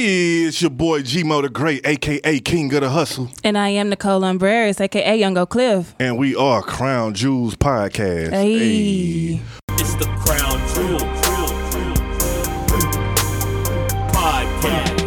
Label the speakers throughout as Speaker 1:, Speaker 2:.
Speaker 1: It's your boy G Mo the Great, aka King of the Hustle,
Speaker 2: And I am Nicole Umbreras, aka Young Cliff.
Speaker 1: and we are Crown Jewels Podcast.
Speaker 2: Hey.
Speaker 1: Ayy.
Speaker 3: It's the crown jewel.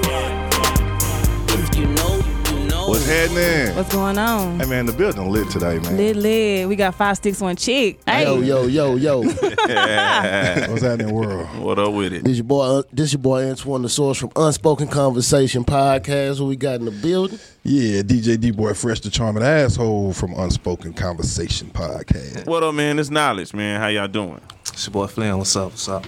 Speaker 3: Podcast.
Speaker 4: If you know, you know.
Speaker 1: What's happening?
Speaker 2: What's going on?
Speaker 1: hey man, the building lit today, man.
Speaker 2: Lid lid. We got five sticks, one chick. Hey.
Speaker 5: Yo, yo, yo, yo.
Speaker 6: What's happening, world?
Speaker 3: What up with it?
Speaker 5: this your boy uh, this your boy Antoine the Source from Unspoken Conversation Podcast. What we got in the building.
Speaker 6: Yeah, DJ D Boy Fresh the Charming Asshole from Unspoken Conversation Podcast.
Speaker 3: What up, man? It's knowledge, man. How y'all doing?
Speaker 7: It's your boy Flynn. What's up? What's up?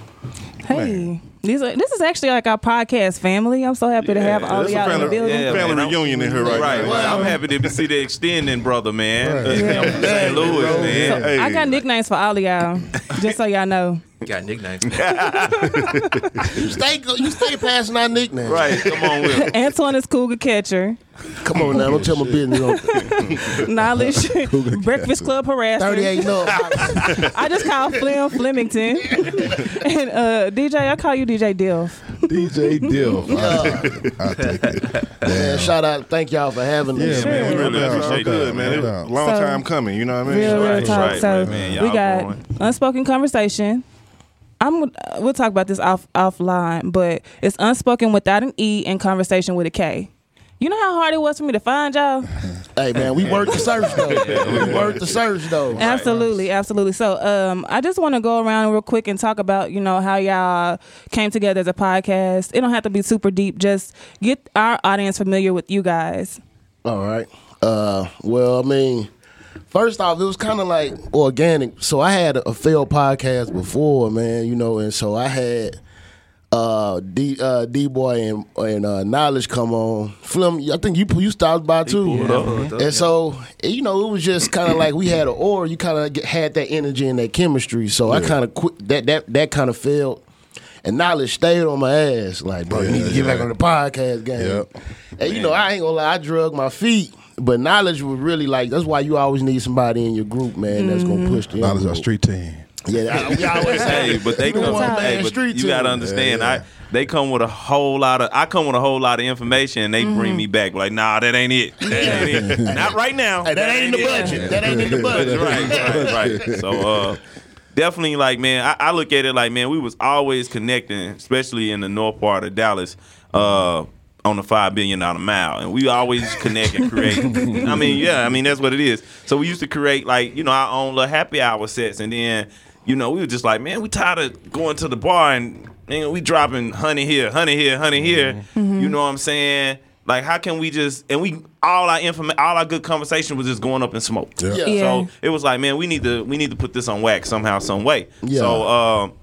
Speaker 2: Hey. These are, this is actually like our podcast family. I'm so happy to have all of
Speaker 1: There's a
Speaker 2: y'all in the
Speaker 1: family,
Speaker 2: building.
Speaker 3: Yeah,
Speaker 1: family
Speaker 3: man, I'm-
Speaker 1: reunion in here right,
Speaker 3: Right.
Speaker 1: now.
Speaker 3: Well, I'm happy to see the extending brother, man.
Speaker 6: Right.
Speaker 3: Yeah, I'm from St. Louis,
Speaker 2: So
Speaker 3: man.
Speaker 1: Hey.
Speaker 2: I got nicknames for all of y'all, just so y'all know.
Speaker 7: Got nicknames.
Speaker 5: You stay you stay passing our nicknames.
Speaker 3: Right. Come on with it.
Speaker 2: Antoine is Cougar Catcher.
Speaker 5: Come on now, don't tell my business on
Speaker 2: Knowledge, Breakfast Club Harasser.
Speaker 5: 38 no.
Speaker 2: I just call Flim Flemington. and uh, DJ, I call you DJ Dilf.
Speaker 6: DJ Dill. I take it.
Speaker 5: Man, shout out, thank y'all for having
Speaker 6: Yeah,
Speaker 5: us.
Speaker 6: man.
Speaker 2: Sure.
Speaker 6: we
Speaker 3: Really
Speaker 6: no doubt,
Speaker 3: appreciate
Speaker 6: no
Speaker 3: that,
Speaker 6: doubt,
Speaker 3: man.
Speaker 6: no
Speaker 1: It was
Speaker 6: doubt.
Speaker 1: a long
Speaker 2: So-
Speaker 1: time coming, you know what I mean?
Speaker 2: Real, real
Speaker 3: Right,
Speaker 2: talk.
Speaker 3: right,
Speaker 2: so
Speaker 3: man. Y'all
Speaker 2: we got
Speaker 3: growing.
Speaker 2: unspoken conversation. I'm. uh, We'll talk about this off offline, but it's unspoken without an e and conversation with a k. You know how hard it was for me to find y'all.
Speaker 5: Hey man, we worked the search though. We worked the search though.
Speaker 2: Absolutely, absolutely. So, um, I just want to go around real quick and talk about you know how y'all came together as a podcast. It don't have to be super deep. Just get our audience familiar with you guys.
Speaker 5: All right. Uh, well, I mean, first off, it was kind of like organic. So I had a failed podcast before, man. You know, and so I had uh D uh, D boy and and uh, knowledge come on. Flim, I think you you stopped by too. And so you know, it was just kind of like we had an aura. You kind of had that energy and that chemistry. So I kind of quit that that that kind of failed. And knowledge stayed on my ass, like bro, you need to get back on the podcast game.
Speaker 6: Yep.
Speaker 5: And you know, I ain't gonna lie, I drug my feet. But knowledge was really like that's why you always need somebody in your group, man, that's gonna
Speaker 2: Mm-hmm.
Speaker 5: push the
Speaker 6: Knowledge our
Speaker 5: envelope.
Speaker 6: street team.
Speaker 5: Yeah, I, we always
Speaker 3: Hey, but they
Speaker 5: Number
Speaker 3: come.
Speaker 5: one
Speaker 3: hey,
Speaker 5: man,
Speaker 3: but
Speaker 5: street
Speaker 3: you gotta
Speaker 5: team.
Speaker 3: understand.
Speaker 6: Yeah,
Speaker 3: I they come with a whole lot of. I come with a whole lot of information, and they bring me back like, nah, that ain't it. That ain't it. Not right now.
Speaker 5: Hey, that ain't in the
Speaker 3: it.
Speaker 5: budget. That ain't in the budget.
Speaker 3: right, right, right. So uh, definitely, like man, I, I look at it like man, we was always connecting, especially in the north part of Dallas. Uh, on the five billion dollar mile, and we always connect and create. I mean, yeah, I mean that's what it is. So we used to create like you know our own little happy hour sets, and then you know we were just like, man, we tired of going to the bar and man, we dropping honey here, honey here, honey here. You know what I'm saying? Like, how can we just and we all our information, all our good conversation was just going up in smoke.
Speaker 5: Yeah.
Speaker 2: Yeah.
Speaker 3: So it was like, man, we need to we need to put this on wax somehow, some way.
Speaker 5: Yeah.
Speaker 3: So um,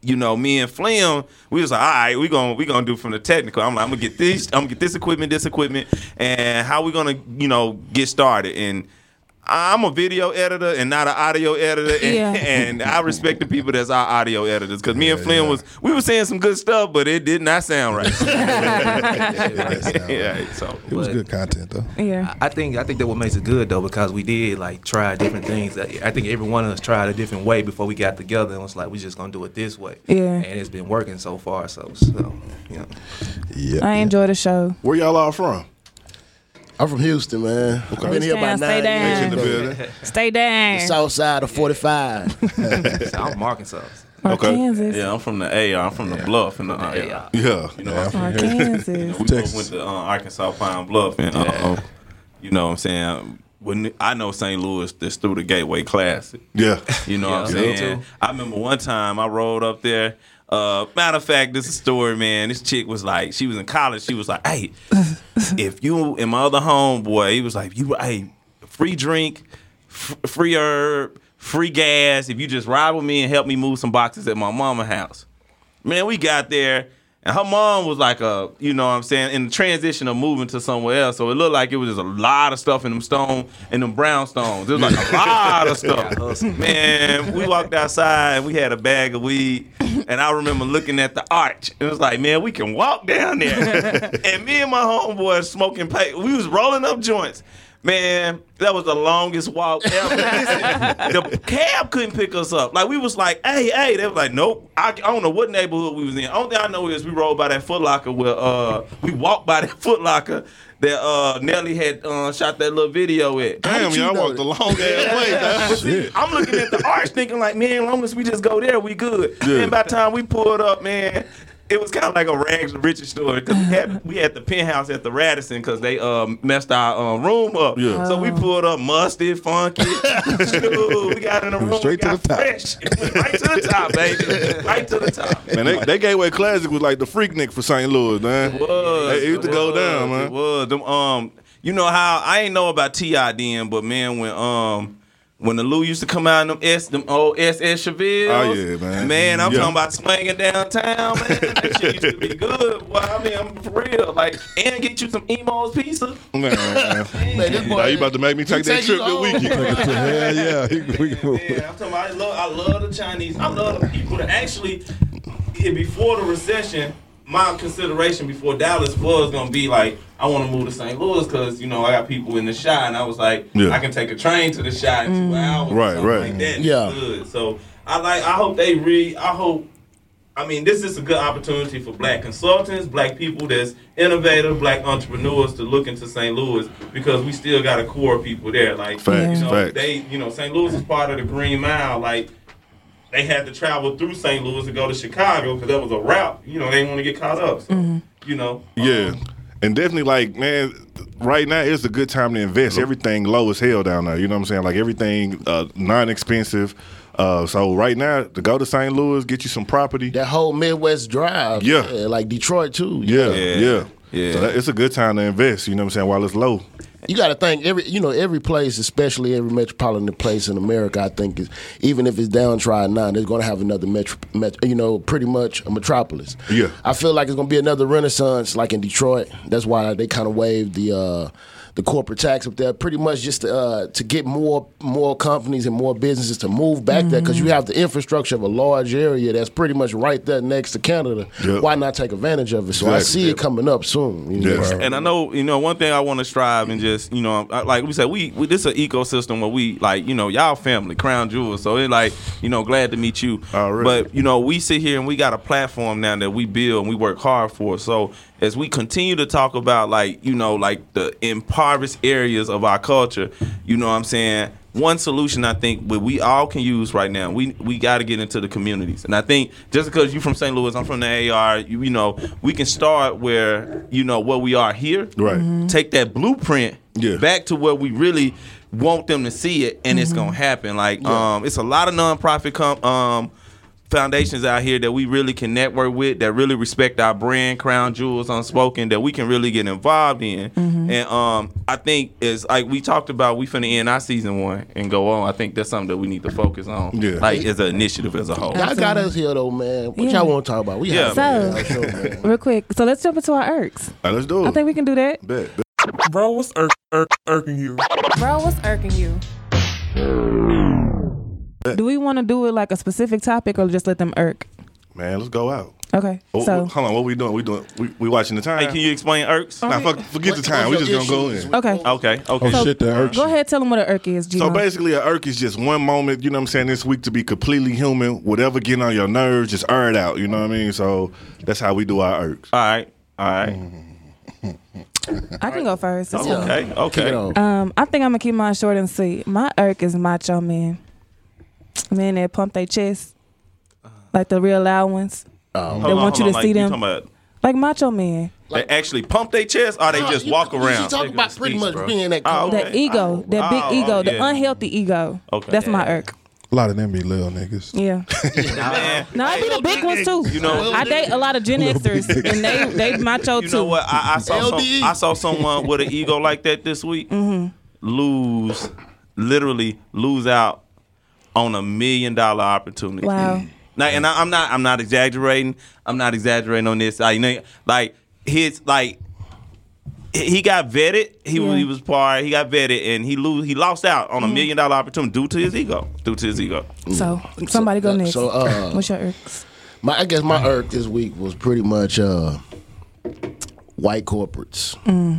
Speaker 3: you know, me and Flim, we was like, all right, we gonna we gonna do from the technical. I'm like, I'm gonna get this, I'm gonna get this equipment, this equipment, and how we gonna you know get started and. I'm a video editor and not an audio editor, and,
Speaker 2: Yeah.
Speaker 3: and I respect the people that's our audio editors because me and Flynn was we were saying some good stuff, but it did not sound right. yeah, so
Speaker 6: It was
Speaker 7: But-
Speaker 6: good content though.
Speaker 2: Yeah.
Speaker 7: I I think I think that what makes it good though because we did like try different things. I I think every one of us tried a different way before we got together and was like we just gonna do it this way.
Speaker 2: Yeah.
Speaker 7: And it's been working so far. So so you know.
Speaker 3: Uh,
Speaker 6: Yeah.
Speaker 2: I enjoy the show.
Speaker 1: Where y'all all from?
Speaker 5: I'm from Houston, man. I've been here
Speaker 2: Stay down,
Speaker 5: about
Speaker 2: stay
Speaker 5: nine years.
Speaker 2: down. Stay down.
Speaker 5: South side of 45.
Speaker 7: So I'm from Arkansas.
Speaker 2: Arkansas.
Speaker 3: yeah, I'm from the AR, I'm from the Bluff, and the uh, yeah.
Speaker 1: Yeah.
Speaker 3: You know, I'm from
Speaker 2: Arkansas.
Speaker 3: We
Speaker 6: Texas.
Speaker 3: both went to uh, Arkansas Pine Bluff, and uh, you know what I'm saying. When I know St. Louis, that's through the Gateway Classic.
Speaker 1: Yeah.
Speaker 3: You know what I'm
Speaker 7: Yeah, me
Speaker 3: saying?
Speaker 7: too.
Speaker 3: I remember one time I rolled up there. Uh, matter of fact, this is a story, man. This chick was like, she was in college. She was like, hey, if you and my other homeboy, he was like, you, hey, free drink, f- free herb, free gas. If you just ride with me and help me move some boxes at my mama house. Man, we got there. And her mom was like a, you know what I'm saying, in the transition of moving to somewhere else. So it looked like it was just a lot of stuff in them stone, in them brownstones. It was like a lot of stuff. Man, we walked outside and we had a bag of weed. And I remember looking at the arch. It was like, man, we can walk down there. and me and my homeboy smoking pipe. We was rolling up joints. Man, that was the longest walk ever. Listen, the cab couldn't pick us up. Like we was like, hey, hey. They was like, nope. I, I don't know what neighborhood we was in. Only thing I know is we rode by that Foot Locker where uh we walked by that Foot Locker that uh Nelly had uh, shot that little video at.
Speaker 1: Damn,
Speaker 5: did you
Speaker 1: y'all
Speaker 5: know
Speaker 1: walked
Speaker 5: that?
Speaker 1: a long ass way. dog.
Speaker 3: But see, I'm looking at the arch thinking like, man, long as we just go there, we good. And by the time we pulled up, man, it was kind of like a rags to riches story because we had, we had the penthouse at the Radisson because they uh, messed our uh, room up.
Speaker 1: Yeah.
Speaker 3: So we pulled up musty, funky. Dude, we got in the room. we
Speaker 6: straight to
Speaker 3: got
Speaker 6: the top.
Speaker 3: Fresh. It went right to the top, baby. Right to the top.
Speaker 1: Man, they, they Gateway Classic was like the Freaknik for St. Louis, man.
Speaker 3: Was,
Speaker 1: It used to go
Speaker 3: was,
Speaker 1: down,
Speaker 3: It
Speaker 1: man.
Speaker 3: was them. Um, you know how I ain't know about Ti then, but man, when um. When the Lou used to come out in them S, them old SS Chevilles.
Speaker 1: Oh, yeah, man.
Speaker 3: Man, I'm
Speaker 1: Yeah.
Speaker 3: talking about swinging downtown, man. That shit used to be good. Well, I mean, I'm for real. Like, and get you some emo's pizza.
Speaker 1: Man,
Speaker 5: Man, this boy-
Speaker 1: Now you about to make me take
Speaker 5: He
Speaker 1: that
Speaker 5: take you
Speaker 1: trip that
Speaker 5: home.
Speaker 1: weekend.
Speaker 6: Hell yeah. He- we can move.
Speaker 3: Yeah, I'm talking about I love, I love the Chinese. I love the people that actually, yeah, before the recession, my consideration before Dallas was gonna be like, I want to move to St. Louis because you know I got people in the shot, and I was like,
Speaker 1: Yeah.
Speaker 3: I can take a train to the shot in two hours, or
Speaker 1: Right,
Speaker 3: something
Speaker 1: right.
Speaker 3: like that.
Speaker 5: Yeah.
Speaker 3: good. So I like, I hope they re, I hope. I mean, this is a good opportunity for black consultants, black people that's innovative, black entrepreneurs to look into St. Louis because we still got a core of people there. Like,
Speaker 1: Facts,
Speaker 3: you know,
Speaker 1: facts.
Speaker 3: they, you know, St. Louis is part of the Green Mile. Like, they had to travel through St. Louis to go to Chicago because that was a route. You know, they didn't want to get caught up. So, you know,
Speaker 1: Yeah, and definitely like man, right now is a good time to invest. Everything low as hell down there. You know what I'm saying? Like everything uh, non-expensive. Uh, so right now to go to St. Louis, get you some property.
Speaker 5: That whole Midwest drive.
Speaker 1: Yeah.
Speaker 5: like Detroit too.
Speaker 1: Yeah,
Speaker 3: Yeah.
Speaker 1: yeah.
Speaker 3: Yeah.
Speaker 1: So that, it's a good time to invest. You know what I'm saying? While it's low.
Speaker 5: You got to think every you know every place, especially every metropolitan place in America. I think is even if it's downtrodden now, they're going to have another metro, met, you know, pretty much a metropolis.
Speaker 1: Yeah.
Speaker 5: I feel like it's going to be another renaissance, like in Detroit. That's why they kind of waived the uh, the corporate tax up there, pretty much just to, uh, to get more more companies and more businesses to move back there because you have the infrastructure of a large area that's pretty much right there next to Canada.
Speaker 1: Yeah.
Speaker 5: Why not take advantage of it? So I
Speaker 1: Exactly.
Speaker 5: see it coming up soon. you know.
Speaker 1: Yeah.
Speaker 3: And I know, you know, one thing I want to strive and just, you know, I- like we said, we, we this is an ecosystem where we like, you know, y'all family, crown jewels. So it's like, you know, glad to meet you.
Speaker 1: Alright.
Speaker 3: But you know, we sit here and we got a platform now that we build and we work hard for. So as we continue to talk about like, you know, like the impoverished areas of our culture, you know what I'm saying? One solution I think what we all can use right now, we we got to get into the communities, and I think just because you're from St. Louis, I'm from the AR, you, you know, we can start where you know where we are here,
Speaker 1: Right. Mhm.
Speaker 3: Mm-hmm. Take that blueprint
Speaker 1: Yeah.
Speaker 3: back to where we really want them to see it, and it's gonna happen. Like, um, it's a lot of nonprofit com- um foundations out here that we really can network with that really respect our brand crown jewels unspoken that we can really get involved in and um i think is like we talked about we finna end our season one and go on i think that's something that we need to focus on
Speaker 1: Yeah.
Speaker 3: like as an initiative as a whole
Speaker 5: Y'all got us here though, man. What
Speaker 2: Yeah.
Speaker 5: y'all want to talk about? We
Speaker 3: Oh, Yeah.
Speaker 5: have
Speaker 2: So- Real quick. So let's jump into our irks.
Speaker 1: All right, let's do it.
Speaker 2: I think we can do that.
Speaker 1: Bet.
Speaker 4: Bro, what's irk, irk, irking you?
Speaker 8: Bro, what's irking you?
Speaker 2: Do we want to do it like a specific topic or just let them irk?
Speaker 1: Man, let's go out.
Speaker 2: Okay.
Speaker 1: Oh,
Speaker 2: so
Speaker 1: hold on, what we doing? We doing? We, we watching the time?
Speaker 3: hey can you explain irks
Speaker 2: Uh-huh.
Speaker 1: nah, fuck, forget the time. We just gonna go in.
Speaker 2: okay.
Speaker 3: okay okay
Speaker 6: Oh, shit, that hurts.
Speaker 2: Go ahead, tell them what an irk is, G.
Speaker 1: So basically, a irk is just one moment, you know what I'm saying, this week to be completely human. Whatever getting on your nerves, just air it out, you know what I mean? So that's how we do our irks.
Speaker 3: all right all right
Speaker 2: I can go first. It's fine.
Speaker 3: okay okay
Speaker 2: Um, I think I'm gonna keep mine short and sweet. My irk is macho men. Men that pump their chest, like the real loud ones,
Speaker 3: Hold on,
Speaker 2: want
Speaker 3: hold
Speaker 2: you
Speaker 3: on,
Speaker 2: to
Speaker 3: like,
Speaker 2: see
Speaker 3: you
Speaker 2: them.
Speaker 3: talking about
Speaker 2: like macho men.
Speaker 3: they actually pump their chest or they just walk around
Speaker 5: She talk about pretty much being that.
Speaker 3: Oh,
Speaker 5: cold.
Speaker 2: That ego, that big
Speaker 3: Oh,
Speaker 2: ego,
Speaker 3: oh,
Speaker 2: the
Speaker 3: yeah.
Speaker 2: unhealthy ego.
Speaker 3: Okay.
Speaker 2: That's my
Speaker 3: Yeah.
Speaker 2: irk.
Speaker 6: A lot of them be little niggas.
Speaker 2: Yeah.
Speaker 3: Man,
Speaker 2: No, I be the big ones too.
Speaker 3: You know-
Speaker 2: I date a lot of Gen Xers, and they they macho
Speaker 3: You
Speaker 2: too.
Speaker 3: know what? I, I saw some,
Speaker 5: LDE.
Speaker 3: I saw someone with an ego like that this week
Speaker 2: Mm-hmm.
Speaker 3: lose, literally lose out on a million dollar opportunity.
Speaker 2: Wow.
Speaker 3: Now, and I, I'm not I'm not exaggerating. I'm not exaggerating on this. I you know like his like he got vetted. He was
Speaker 2: Yeah. Mm-hmm.
Speaker 3: he was part. He got vetted, and he lose. He lost out on a million dollar opportunity due to his ego. Due to his ego.
Speaker 2: So somebody go
Speaker 5: So, uh,
Speaker 2: next.
Speaker 5: so, uh,
Speaker 2: What's your irks?
Speaker 5: My, I guess my irk this week was pretty much uh, white corporates.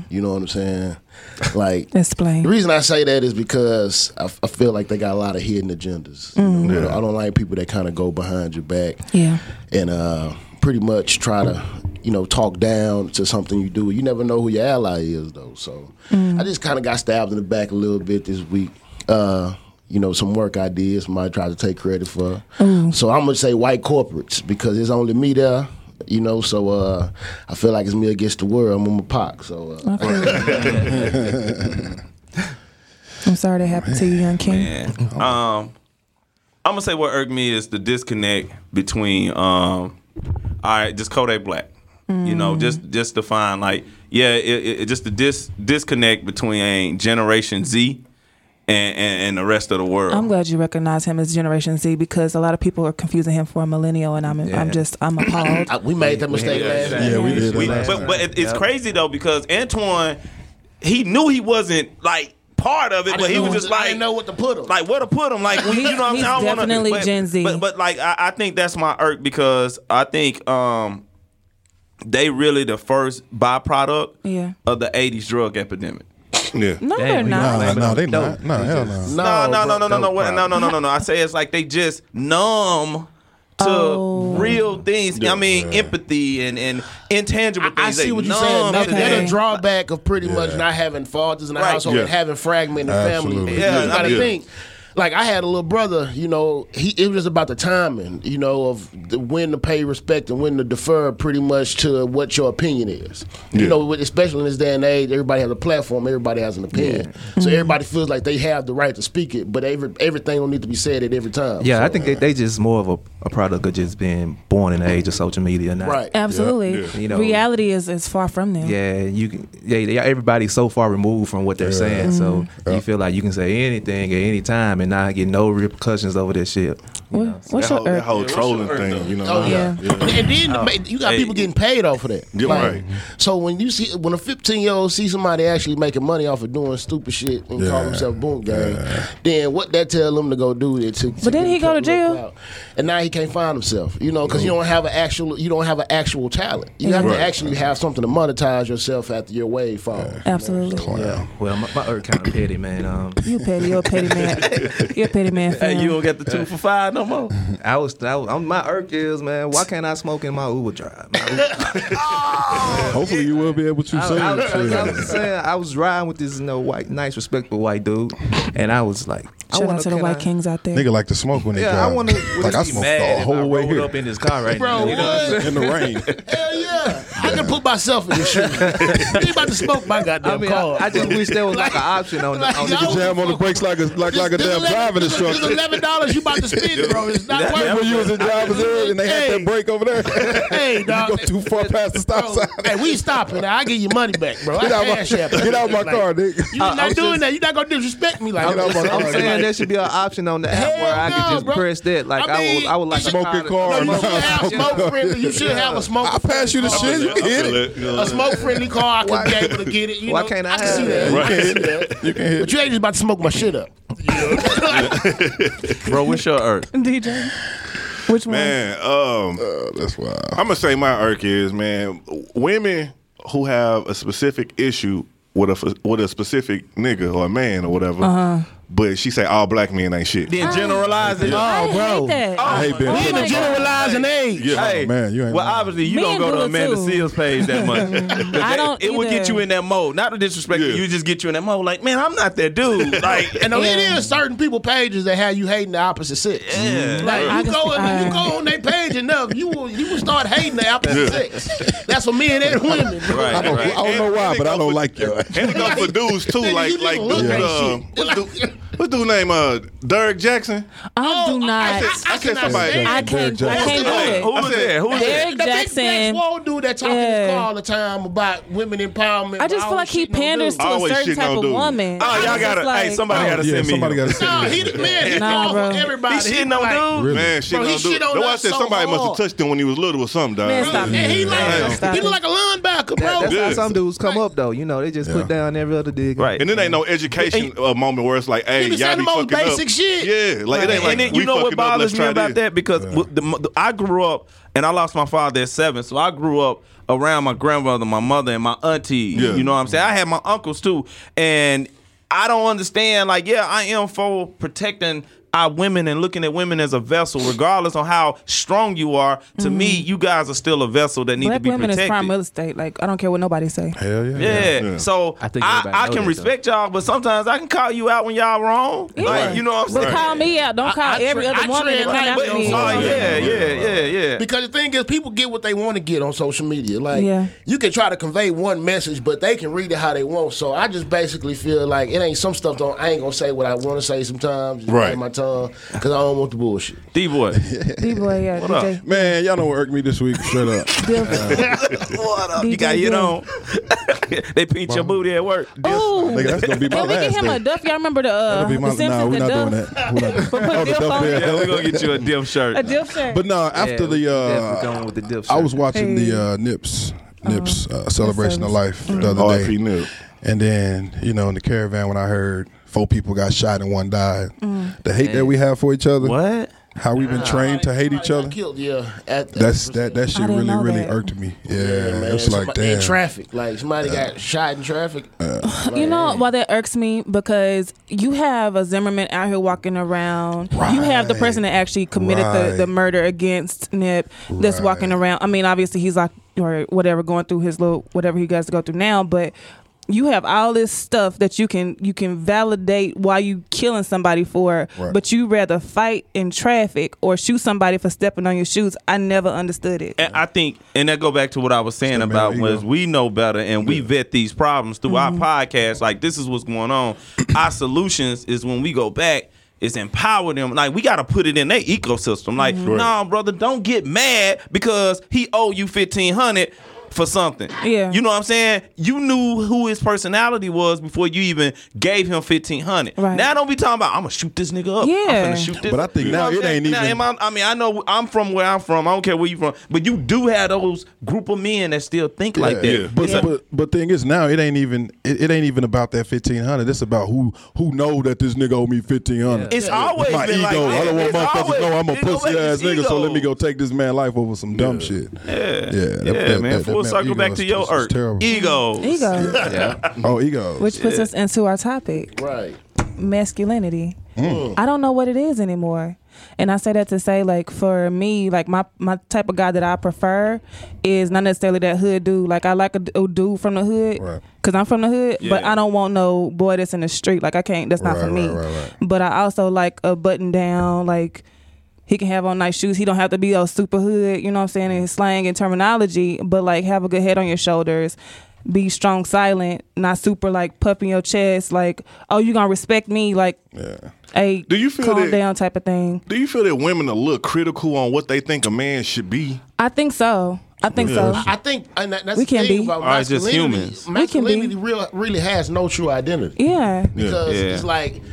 Speaker 5: You know what I'm saying? Like
Speaker 2: Explain.
Speaker 5: The reason I say that is because I, f- I feel like they got a lot of hidden agendas. You know? I don't- I don't like people that kind of go behind your back
Speaker 2: Yeah.
Speaker 5: and uh, pretty much try to you know talk down to something you do. You never know who your ally is though. So I just kind of got stabbed in the back a little bit this week. Uh, you know some work I did. Somebody tried to take credit for. So I'm gonna say white corporates because it's only me there. You know, so uh, I feel like it's me against the world. I'm on my pop. So uh,
Speaker 2: I'm sorry that happened to you, young king.
Speaker 3: Man. Um, I'm gonna say what irked me is the disconnect between um, all right, just Kodak Black. You know,
Speaker 5: Mm-hmm.
Speaker 3: just just to find like yeah, it, it, it- just the dis disconnect between Generation Z and, and and the rest of the world.
Speaker 2: I'm glad you recognize him as Generation Z because a lot of people are confusing him for a millennial, and I'm I'm just I'm appalled.
Speaker 5: I, we made that mistake last
Speaker 3: exactly.
Speaker 5: year.
Speaker 6: Yeah, we did.
Speaker 3: We-
Speaker 6: that last
Speaker 3: but
Speaker 6: time.
Speaker 3: but it, it's crazy though because Antoine, he knew he wasn't like part of it,
Speaker 5: I
Speaker 3: but
Speaker 5: didn't
Speaker 3: he
Speaker 5: know
Speaker 3: was
Speaker 5: what
Speaker 3: just
Speaker 5: to- I
Speaker 3: like
Speaker 5: didn't know what to put 'em.
Speaker 3: Like where to put him? Like we, you know, what I'm
Speaker 2: He's
Speaker 3: saying? I don't wanna-
Speaker 2: definitely
Speaker 3: but-
Speaker 2: Gen Z.
Speaker 3: But, but like I, I think that's my irk because I think um they really the first byproduct
Speaker 2: Yeah.
Speaker 3: of the '80s drug epidemic.
Speaker 1: Yeah.
Speaker 2: no,
Speaker 7: Damn,
Speaker 2: they're
Speaker 7: we
Speaker 2: not.
Speaker 7: not
Speaker 6: Nah,
Speaker 7: But
Speaker 6: no,
Speaker 7: I'm
Speaker 6: they
Speaker 7: dope.
Speaker 6: not. No, hell
Speaker 3: No,
Speaker 6: no.
Speaker 3: no, no,
Speaker 7: bro,
Speaker 3: no, no, no,
Speaker 7: dope
Speaker 3: what- no,
Speaker 7: problem.
Speaker 3: no, no, no, no. I say it's like they just numb. To
Speaker 2: Oh.
Speaker 3: real things, I mean, empathy and, and intangible
Speaker 5: I
Speaker 3: things.
Speaker 5: see
Speaker 3: They
Speaker 5: what you're
Speaker 3: numb
Speaker 5: saying.
Speaker 3: to
Speaker 5: That, that
Speaker 2: Okay.
Speaker 5: a drawback of pretty much not having fathers in the
Speaker 3: Right.
Speaker 5: household and
Speaker 1: Yeah.
Speaker 5: having fragmented
Speaker 6: Absolutely.
Speaker 5: family.
Speaker 3: Yeah,
Speaker 5: you gotta
Speaker 3: yeah.
Speaker 5: think. Like I had a little brother, you know, he it was just about the timing, you know, of the, when to pay respect and when to defer, pretty much to what your opinion is. You
Speaker 1: Yeah.
Speaker 5: know, with- especially in this day and age, everybody has a platform, everybody has an opinion,
Speaker 3: Mm-hmm.
Speaker 5: so everybody feels like they have the right to speak it, but every, everything don't need to be said at every time.
Speaker 7: Yeah,
Speaker 5: So-
Speaker 7: I think they, they just more of a, a product of just being born in the age of social media. Now.
Speaker 5: right.
Speaker 2: Absolutely,
Speaker 1: Yeah, yeah.
Speaker 7: You know-
Speaker 2: reality is is far from them.
Speaker 7: Yeah, you can. Yeah, they, everybody's so far removed from what they're saying, so you feel like you can say anything at any time and not get no repercussions over that shit.
Speaker 2: What-
Speaker 1: That
Speaker 2: what's
Speaker 1: whole,
Speaker 2: your
Speaker 1: that
Speaker 2: irk?
Speaker 1: whole trolling
Speaker 3: irk,
Speaker 1: thing,
Speaker 3: though?
Speaker 1: you know.
Speaker 5: Oh yeah.
Speaker 2: Yeah.
Speaker 5: And then ma- you got
Speaker 3: Hey.
Speaker 5: people getting paid off of that.
Speaker 1: Yeah,
Speaker 5: Like,
Speaker 1: right.
Speaker 5: So when you see when a 15 year old see somebody actually making money off of doing stupid shit and call
Speaker 6: Yeah.
Speaker 5: himself boom gang, then what that tell him to go do it to. to
Speaker 2: But then
Speaker 5: get
Speaker 2: he go to
Speaker 5: clout-
Speaker 2: jail.
Speaker 5: clout. and now he can't find himself. You know, because you don't have an actual you don't have an actual talent. You have
Speaker 1: Right.
Speaker 5: to actually have something to monetize yourself after your wave falls.
Speaker 2: Absolutely,
Speaker 7: Yeah. Well, my, my irk kind of petty, man. Um,
Speaker 2: you petty, you're a petty man, you're a petty man.
Speaker 3: Hey,
Speaker 2: fam.
Speaker 3: you don't get the two for five no more.
Speaker 7: I was, I was I'm, my irk is, man. Why can't I smoke in my Uber drive? My Uber-
Speaker 5: Oh,
Speaker 6: Hopefully you will be able to say
Speaker 7: I, I,
Speaker 6: it.
Speaker 7: was, I
Speaker 6: yeah.
Speaker 7: was saying I was riding with this, you know, white, nice, respectable white dude, and I was like, I
Speaker 2: Shout
Speaker 7: wanna-
Speaker 2: out to the
Speaker 7: can
Speaker 2: white
Speaker 7: I-
Speaker 2: kings out there.
Speaker 6: Nigga like to smoke when they
Speaker 7: Yeah,
Speaker 6: drive.
Speaker 7: I want to.
Speaker 6: like I smoked the whole way here
Speaker 7: up in this car right
Speaker 5: Bro,
Speaker 7: now. you know what I'm
Speaker 5: what?
Speaker 6: in the rain.
Speaker 5: Hell yeah! I can put myself in this shoes. they about to smoke my goddamn
Speaker 7: I mean,
Speaker 5: car.
Speaker 7: I, I just wish there was like an option on the.
Speaker 5: Like,
Speaker 7: On
Speaker 5: y'all
Speaker 7: the
Speaker 5: was
Speaker 6: Jam on the brakes like a like like a
Speaker 5: This- this eleven-
Speaker 6: damn driving
Speaker 5: this- this
Speaker 6: instructor.
Speaker 5: Eleven dollars you about to spend, bro. It's not worth
Speaker 6: Remember
Speaker 5: it.
Speaker 6: you was in driver's ed and they had
Speaker 5: Hey.
Speaker 6: that brake over there.
Speaker 5: Hey,
Speaker 6: You
Speaker 5: dog.
Speaker 6: go too far past the stop sign.
Speaker 5: Hey, we stopping. I give you money back, bro.
Speaker 6: Get
Speaker 5: I
Speaker 6: out my-
Speaker 5: cash app. it.
Speaker 6: get out my car, nigga.
Speaker 5: You not
Speaker 7: I'm
Speaker 5: doing
Speaker 7: just-
Speaker 5: that. You're not gonna disrespect me like
Speaker 6: Get out my
Speaker 5: that.
Speaker 6: car.
Speaker 7: I'm saying there should be an option on the app
Speaker 5: Hell
Speaker 7: where I could
Speaker 5: no,
Speaker 7: just
Speaker 5: bro.
Speaker 7: press that. Like
Speaker 5: I
Speaker 7: I,
Speaker 5: mean,
Speaker 7: would, I would like
Speaker 5: smoking
Speaker 7: a
Speaker 6: car.
Speaker 5: No, you should have
Speaker 7: Yeah.
Speaker 5: smoke friendly. You should have a smoke.
Speaker 6: I pass you the shit. You
Speaker 1: I feel
Speaker 6: can hit it.
Speaker 1: it, you know.
Speaker 5: A smoke friendly car. I could be able to get it. You
Speaker 7: Why
Speaker 5: know?
Speaker 7: can't I
Speaker 5: can
Speaker 7: have
Speaker 5: see
Speaker 7: that?
Speaker 5: that? I can see that.
Speaker 6: You can hit
Speaker 5: But you ain't just about to smoke my shit up.
Speaker 3: Bro, what's your irk?
Speaker 2: DJ, which one?
Speaker 1: Man, um,
Speaker 6: it. That's wild.
Speaker 1: I'm gonna say my irk is man, women who have a specific issue with a with a specific nigga or a man or whatever,
Speaker 3: Uh-huh.
Speaker 1: but she say all black men ain't shit.
Speaker 2: Uh,
Speaker 3: Then generalize it.
Speaker 2: I hate
Speaker 5: bro.
Speaker 2: that.
Speaker 6: I hate being
Speaker 2: Oh
Speaker 6: put
Speaker 2: my God.
Speaker 6: in
Speaker 5: Generalizing age.
Speaker 1: Yeah.
Speaker 3: Hey,
Speaker 6: man, you ain't
Speaker 3: Well,
Speaker 6: lying.
Speaker 3: obviously, you
Speaker 2: Me
Speaker 3: don't
Speaker 2: and
Speaker 3: go to
Speaker 2: Gula,
Speaker 3: Amanda
Speaker 2: too.
Speaker 3: Seals page that much. 'Cause
Speaker 2: I
Speaker 3: they-
Speaker 2: don't
Speaker 3: It will get
Speaker 2: either.
Speaker 3: you in that mode. Not to disrespect
Speaker 1: Yeah.
Speaker 3: you, you just get you in that mode. Like, man, I'm not that dude. Like,
Speaker 5: And
Speaker 3: yeah.
Speaker 5: it is certain people pages that have you hating the opposite sex.
Speaker 3: Yeah.
Speaker 5: Like
Speaker 2: I
Speaker 5: you
Speaker 2: just-
Speaker 5: go
Speaker 2: I-
Speaker 5: you go on their page enough, you will you will start hating the opposite
Speaker 1: Yeah.
Speaker 5: sex. That's for men and women. bro.
Speaker 3: Right,
Speaker 6: I don't,
Speaker 3: right.
Speaker 6: I don't know why, but I don't like you.
Speaker 1: And it go for dudes too,
Speaker 5: Nigga,
Speaker 1: like
Speaker 5: you
Speaker 1: like
Speaker 5: look
Speaker 1: dude,
Speaker 5: like
Speaker 1: uh,
Speaker 5: shit.
Speaker 1: what's dude, what's dude name? Uh, Derek Jackson.
Speaker 2: I do not. oh,
Speaker 5: Oh, I,
Speaker 2: I,
Speaker 5: I, I,
Speaker 1: I said
Speaker 5: cannot
Speaker 1: somebody-
Speaker 5: stand
Speaker 6: I
Speaker 2: can't.
Speaker 6: Derrick
Speaker 2: I
Speaker 6: Jackson.
Speaker 2: can't
Speaker 3: Hey,
Speaker 2: do
Speaker 3: who
Speaker 2: it.
Speaker 3: was there? Who was there?
Speaker 2: Derrick
Speaker 5: The big black
Speaker 2: Jackson.
Speaker 5: swole dude that talking
Speaker 2: Yeah.
Speaker 5: his car all the time about women empowerment.
Speaker 2: I just feel like he panders to a
Speaker 1: Always
Speaker 2: certain
Speaker 1: shit
Speaker 2: type
Speaker 1: gonna
Speaker 2: of
Speaker 1: do.
Speaker 2: woman.
Speaker 3: Oh,
Speaker 2: I'm
Speaker 3: y'all
Speaker 2: just
Speaker 3: gotta. hey,
Speaker 2: like-
Speaker 3: somebody gotta
Speaker 6: Oh, yeah,
Speaker 3: send me.
Speaker 6: somebody got to
Speaker 5: No,
Speaker 6: send
Speaker 5: he
Speaker 6: me.
Speaker 5: the man. He
Speaker 2: Nah,
Speaker 5: nah,
Speaker 2: bro.
Speaker 5: for everybody.
Speaker 3: He shitting on
Speaker 5: like-
Speaker 3: dudes.
Speaker 6: Really?
Speaker 1: Man, shit
Speaker 5: Bro, he
Speaker 1: gonna do.
Speaker 5: shit on
Speaker 1: That's why I
Speaker 5: us
Speaker 1: said
Speaker 5: so
Speaker 1: somebody
Speaker 5: hard.
Speaker 1: must have touched him when he was little or something. Dog.
Speaker 2: Man, stop
Speaker 5: And he like
Speaker 2: Damn. Stop
Speaker 5: he
Speaker 2: it.
Speaker 5: look like a linebacker, bro.
Speaker 7: That's how
Speaker 1: Yeah.
Speaker 7: some dudes come up though. You know, they just put down every other dig.
Speaker 3: Right.
Speaker 1: And then ain't no education uh, moment where it's like, hey,
Speaker 5: be saying the most
Speaker 1: fucking
Speaker 5: basic
Speaker 1: up.
Speaker 5: shit.
Speaker 1: Yeah, like it ain't like
Speaker 3: and then,
Speaker 1: we
Speaker 3: you know what
Speaker 1: fucking up, let's
Speaker 3: bothers me
Speaker 1: try
Speaker 3: about
Speaker 1: this.
Speaker 3: that because w- the, mo- the- I grew up and I lost my father at seven, so I grew up around my grandmother, my mother, and my auntie.
Speaker 1: Yeah.
Speaker 3: You know what I'm saying? I had my uncles too, and I don't understand. Like, yeah, I am for protecting. Our women and looking at women as a vessel, regardless on how strong you are. To me, you guys are still a vessel that need
Speaker 2: Mm-hmm.
Speaker 3: to
Speaker 2: Black
Speaker 3: be
Speaker 2: women
Speaker 3: protected.
Speaker 2: is prime real estate. Like I don't care what nobody say.
Speaker 6: Hell yeah.
Speaker 3: Yeah.
Speaker 1: Yeah.
Speaker 3: So I,
Speaker 7: I think
Speaker 3: I,
Speaker 7: everybody know
Speaker 3: can
Speaker 7: that,
Speaker 3: respect y'all, but sometimes I can call you out when y'all wrong.
Speaker 2: Yeah.
Speaker 3: Like, you know what I'm
Speaker 2: But
Speaker 3: saying?
Speaker 2: call me out. Don't call
Speaker 5: I- I
Speaker 2: every
Speaker 5: tra-
Speaker 2: other
Speaker 5: I
Speaker 2: woman that
Speaker 5: trans-
Speaker 2: come
Speaker 5: like,
Speaker 2: after
Speaker 5: but-
Speaker 2: me.
Speaker 5: oh,
Speaker 3: Oh, yeah, yeah, yeah, yeah.
Speaker 5: Because the thing is, people get what they want to get on social media. Like,
Speaker 2: Yeah.
Speaker 5: you can try to convey one message, but they can read it how they want. So I just basically feel like it ain't some stuff. Don't I ain't gonna say what I want to say sometimes. Just
Speaker 1: Right.
Speaker 5: bite My tongue because I don't want the bullshit.
Speaker 3: D boy.
Speaker 2: D-boy, yeah.
Speaker 3: What up?
Speaker 2: DJ.
Speaker 6: Man, y'all know what irked me this week. Shut up.
Speaker 3: what up? You
Speaker 2: DJ
Speaker 3: got hit
Speaker 2: Boy.
Speaker 3: on. they pinch your booty at work.
Speaker 2: Ooh.
Speaker 6: Nigga, that's gonna be my
Speaker 2: Can we get
Speaker 6: last
Speaker 2: him
Speaker 6: day.
Speaker 2: a duff? Y'all remember the uh,
Speaker 6: That'll be my,
Speaker 2: the Simpsons?
Speaker 6: nah,
Speaker 2: the
Speaker 6: we're
Speaker 2: duff?
Speaker 6: not doing that. We're not-
Speaker 2: Put
Speaker 6: Oh, the
Speaker 2: dip
Speaker 6: Duff
Speaker 2: on
Speaker 6: Bear.
Speaker 2: it.
Speaker 3: Yeah, we're gonna get you a dim shirt.
Speaker 2: A duff shirt.
Speaker 6: But no, after
Speaker 7: we
Speaker 6: the
Speaker 7: definitely
Speaker 6: uh,
Speaker 7: going with the dip
Speaker 6: I
Speaker 7: shirt.
Speaker 6: was watching
Speaker 2: Hey. Uh-huh.
Speaker 6: the uh, Nips Nips uh, celebration of life the other
Speaker 1: R.I.P.
Speaker 6: day,
Speaker 1: Nip.
Speaker 6: and then you know in the caravan when I heard four people got shot and one died,
Speaker 2: Mm.
Speaker 6: the hate that we have for each other,
Speaker 3: What?
Speaker 6: how we've been trained to hate
Speaker 5: Somebody
Speaker 6: each
Speaker 5: got
Speaker 6: other.
Speaker 5: Killed, yeah. At the-
Speaker 6: That's that that shit
Speaker 2: didn't
Speaker 6: really
Speaker 2: know
Speaker 6: really
Speaker 2: that.
Speaker 6: irked me. Yeah,
Speaker 5: man,
Speaker 6: it's like
Speaker 5: somebody- in
Speaker 6: damn.
Speaker 5: traffic. Like somebody got shot in traffic.
Speaker 2: You know why that irks me? Because you have a Zimmerman out here walking around. You have the person that actually committed the,
Speaker 6: Right.
Speaker 2: the murder against Nip that's
Speaker 6: Right.
Speaker 2: walking around. I mean, obviously he's like or whatever going through his little whatever he has to go through now, but you have all this stuff that you can you can validate why you killing somebody for,
Speaker 6: Right.
Speaker 2: but you rather fight in traffic or shoot somebody for stepping on your shoes. I never understood it.
Speaker 3: And I think, and that go back to what I was saying
Speaker 6: Step in
Speaker 3: about
Speaker 6: there,
Speaker 3: was
Speaker 6: ego.
Speaker 3: we know better and we vet these problems through
Speaker 2: Mm-hmm.
Speaker 3: our podcast. Like this is what's going on. our solutions is when we go back is empower them. Like we got to put it in their ecosystem. Like
Speaker 2: Mm-hmm.
Speaker 3: no, nah, brother, don't get mad because he owe you fifteen hundred. For something,
Speaker 2: Yeah.
Speaker 3: you know what I'm saying. You knew who his personality was before you even gave him fifteen hundred.
Speaker 2: Right.
Speaker 3: Now don't be talking about I'm gonna shoot this nigga up.
Speaker 2: Yeah.
Speaker 3: I'm gonna shoot this.
Speaker 6: But I think
Speaker 3: You know
Speaker 6: now
Speaker 3: what I'm
Speaker 6: it
Speaker 3: saying?
Speaker 6: ain't
Speaker 3: Now,
Speaker 6: even-
Speaker 3: am I I'm- I mean, I know I'm from where I'm from. I don't care where you from, but you do have those group of men that still think like that.
Speaker 6: Yeah. But, but but thing is now it ain't even it, it ain't even about that fifteen hundred. It's about who who know that this nigga owe me fifteen hundred.
Speaker 3: It's always
Speaker 6: my
Speaker 3: been
Speaker 6: ego.
Speaker 3: like that.
Speaker 6: I don't want
Speaker 3: It's
Speaker 6: motherfuckers
Speaker 3: always-
Speaker 6: to know I'm a
Speaker 3: it's always
Speaker 6: pussy ass nigga,
Speaker 3: ego.
Speaker 6: so let me go take this man life over some dumb shit. Yeah, yeah, that,
Speaker 3: Yeah, man. Full
Speaker 6: man,
Speaker 3: circle
Speaker 6: ego
Speaker 3: back
Speaker 6: is-
Speaker 3: to your
Speaker 6: is
Speaker 3: irk.
Speaker 6: Terrible.
Speaker 3: Ego.
Speaker 2: Ego.
Speaker 6: Oh, ego.
Speaker 2: Which puts us into our topic.
Speaker 5: Right.
Speaker 2: masculinity. I don't know what it is anymore. And I say that to say, like, for me, like my my type of guy that I prefer is not necessarily that hood dude. Like, I like a, d- a dude from the hood
Speaker 6: Right.
Speaker 2: because I'm from the hood, but
Speaker 3: Yeah.
Speaker 2: I don't want no boy that's in the street. Like, I can't. That's not
Speaker 6: Right,
Speaker 2: for me.
Speaker 6: right, right, right.
Speaker 2: But I also like a button down, like. He can have on nice shoes. He don't have to be a super hood, you know what I'm saying, in slang and terminology, but like have a good head on your shoulders. Be strong, silent, not super like puffing your chest, like, oh, you gonna respect me, like
Speaker 6: yeah.
Speaker 2: a
Speaker 1: Do you feel
Speaker 2: calm
Speaker 1: that-
Speaker 2: down type of thing.
Speaker 1: Do you feel that women are a little critical on what they think a man should be?
Speaker 2: I think so. I think so.
Speaker 5: I think and that, that's
Speaker 2: We
Speaker 5: the
Speaker 2: can
Speaker 5: thing
Speaker 2: be.
Speaker 5: about
Speaker 3: All right, just
Speaker 5: masculinity.
Speaker 3: humans.
Speaker 2: We can be.
Speaker 5: Masculinity real, really has no true identity.
Speaker 2: Yeah.
Speaker 5: because
Speaker 3: Yeah.
Speaker 5: it's like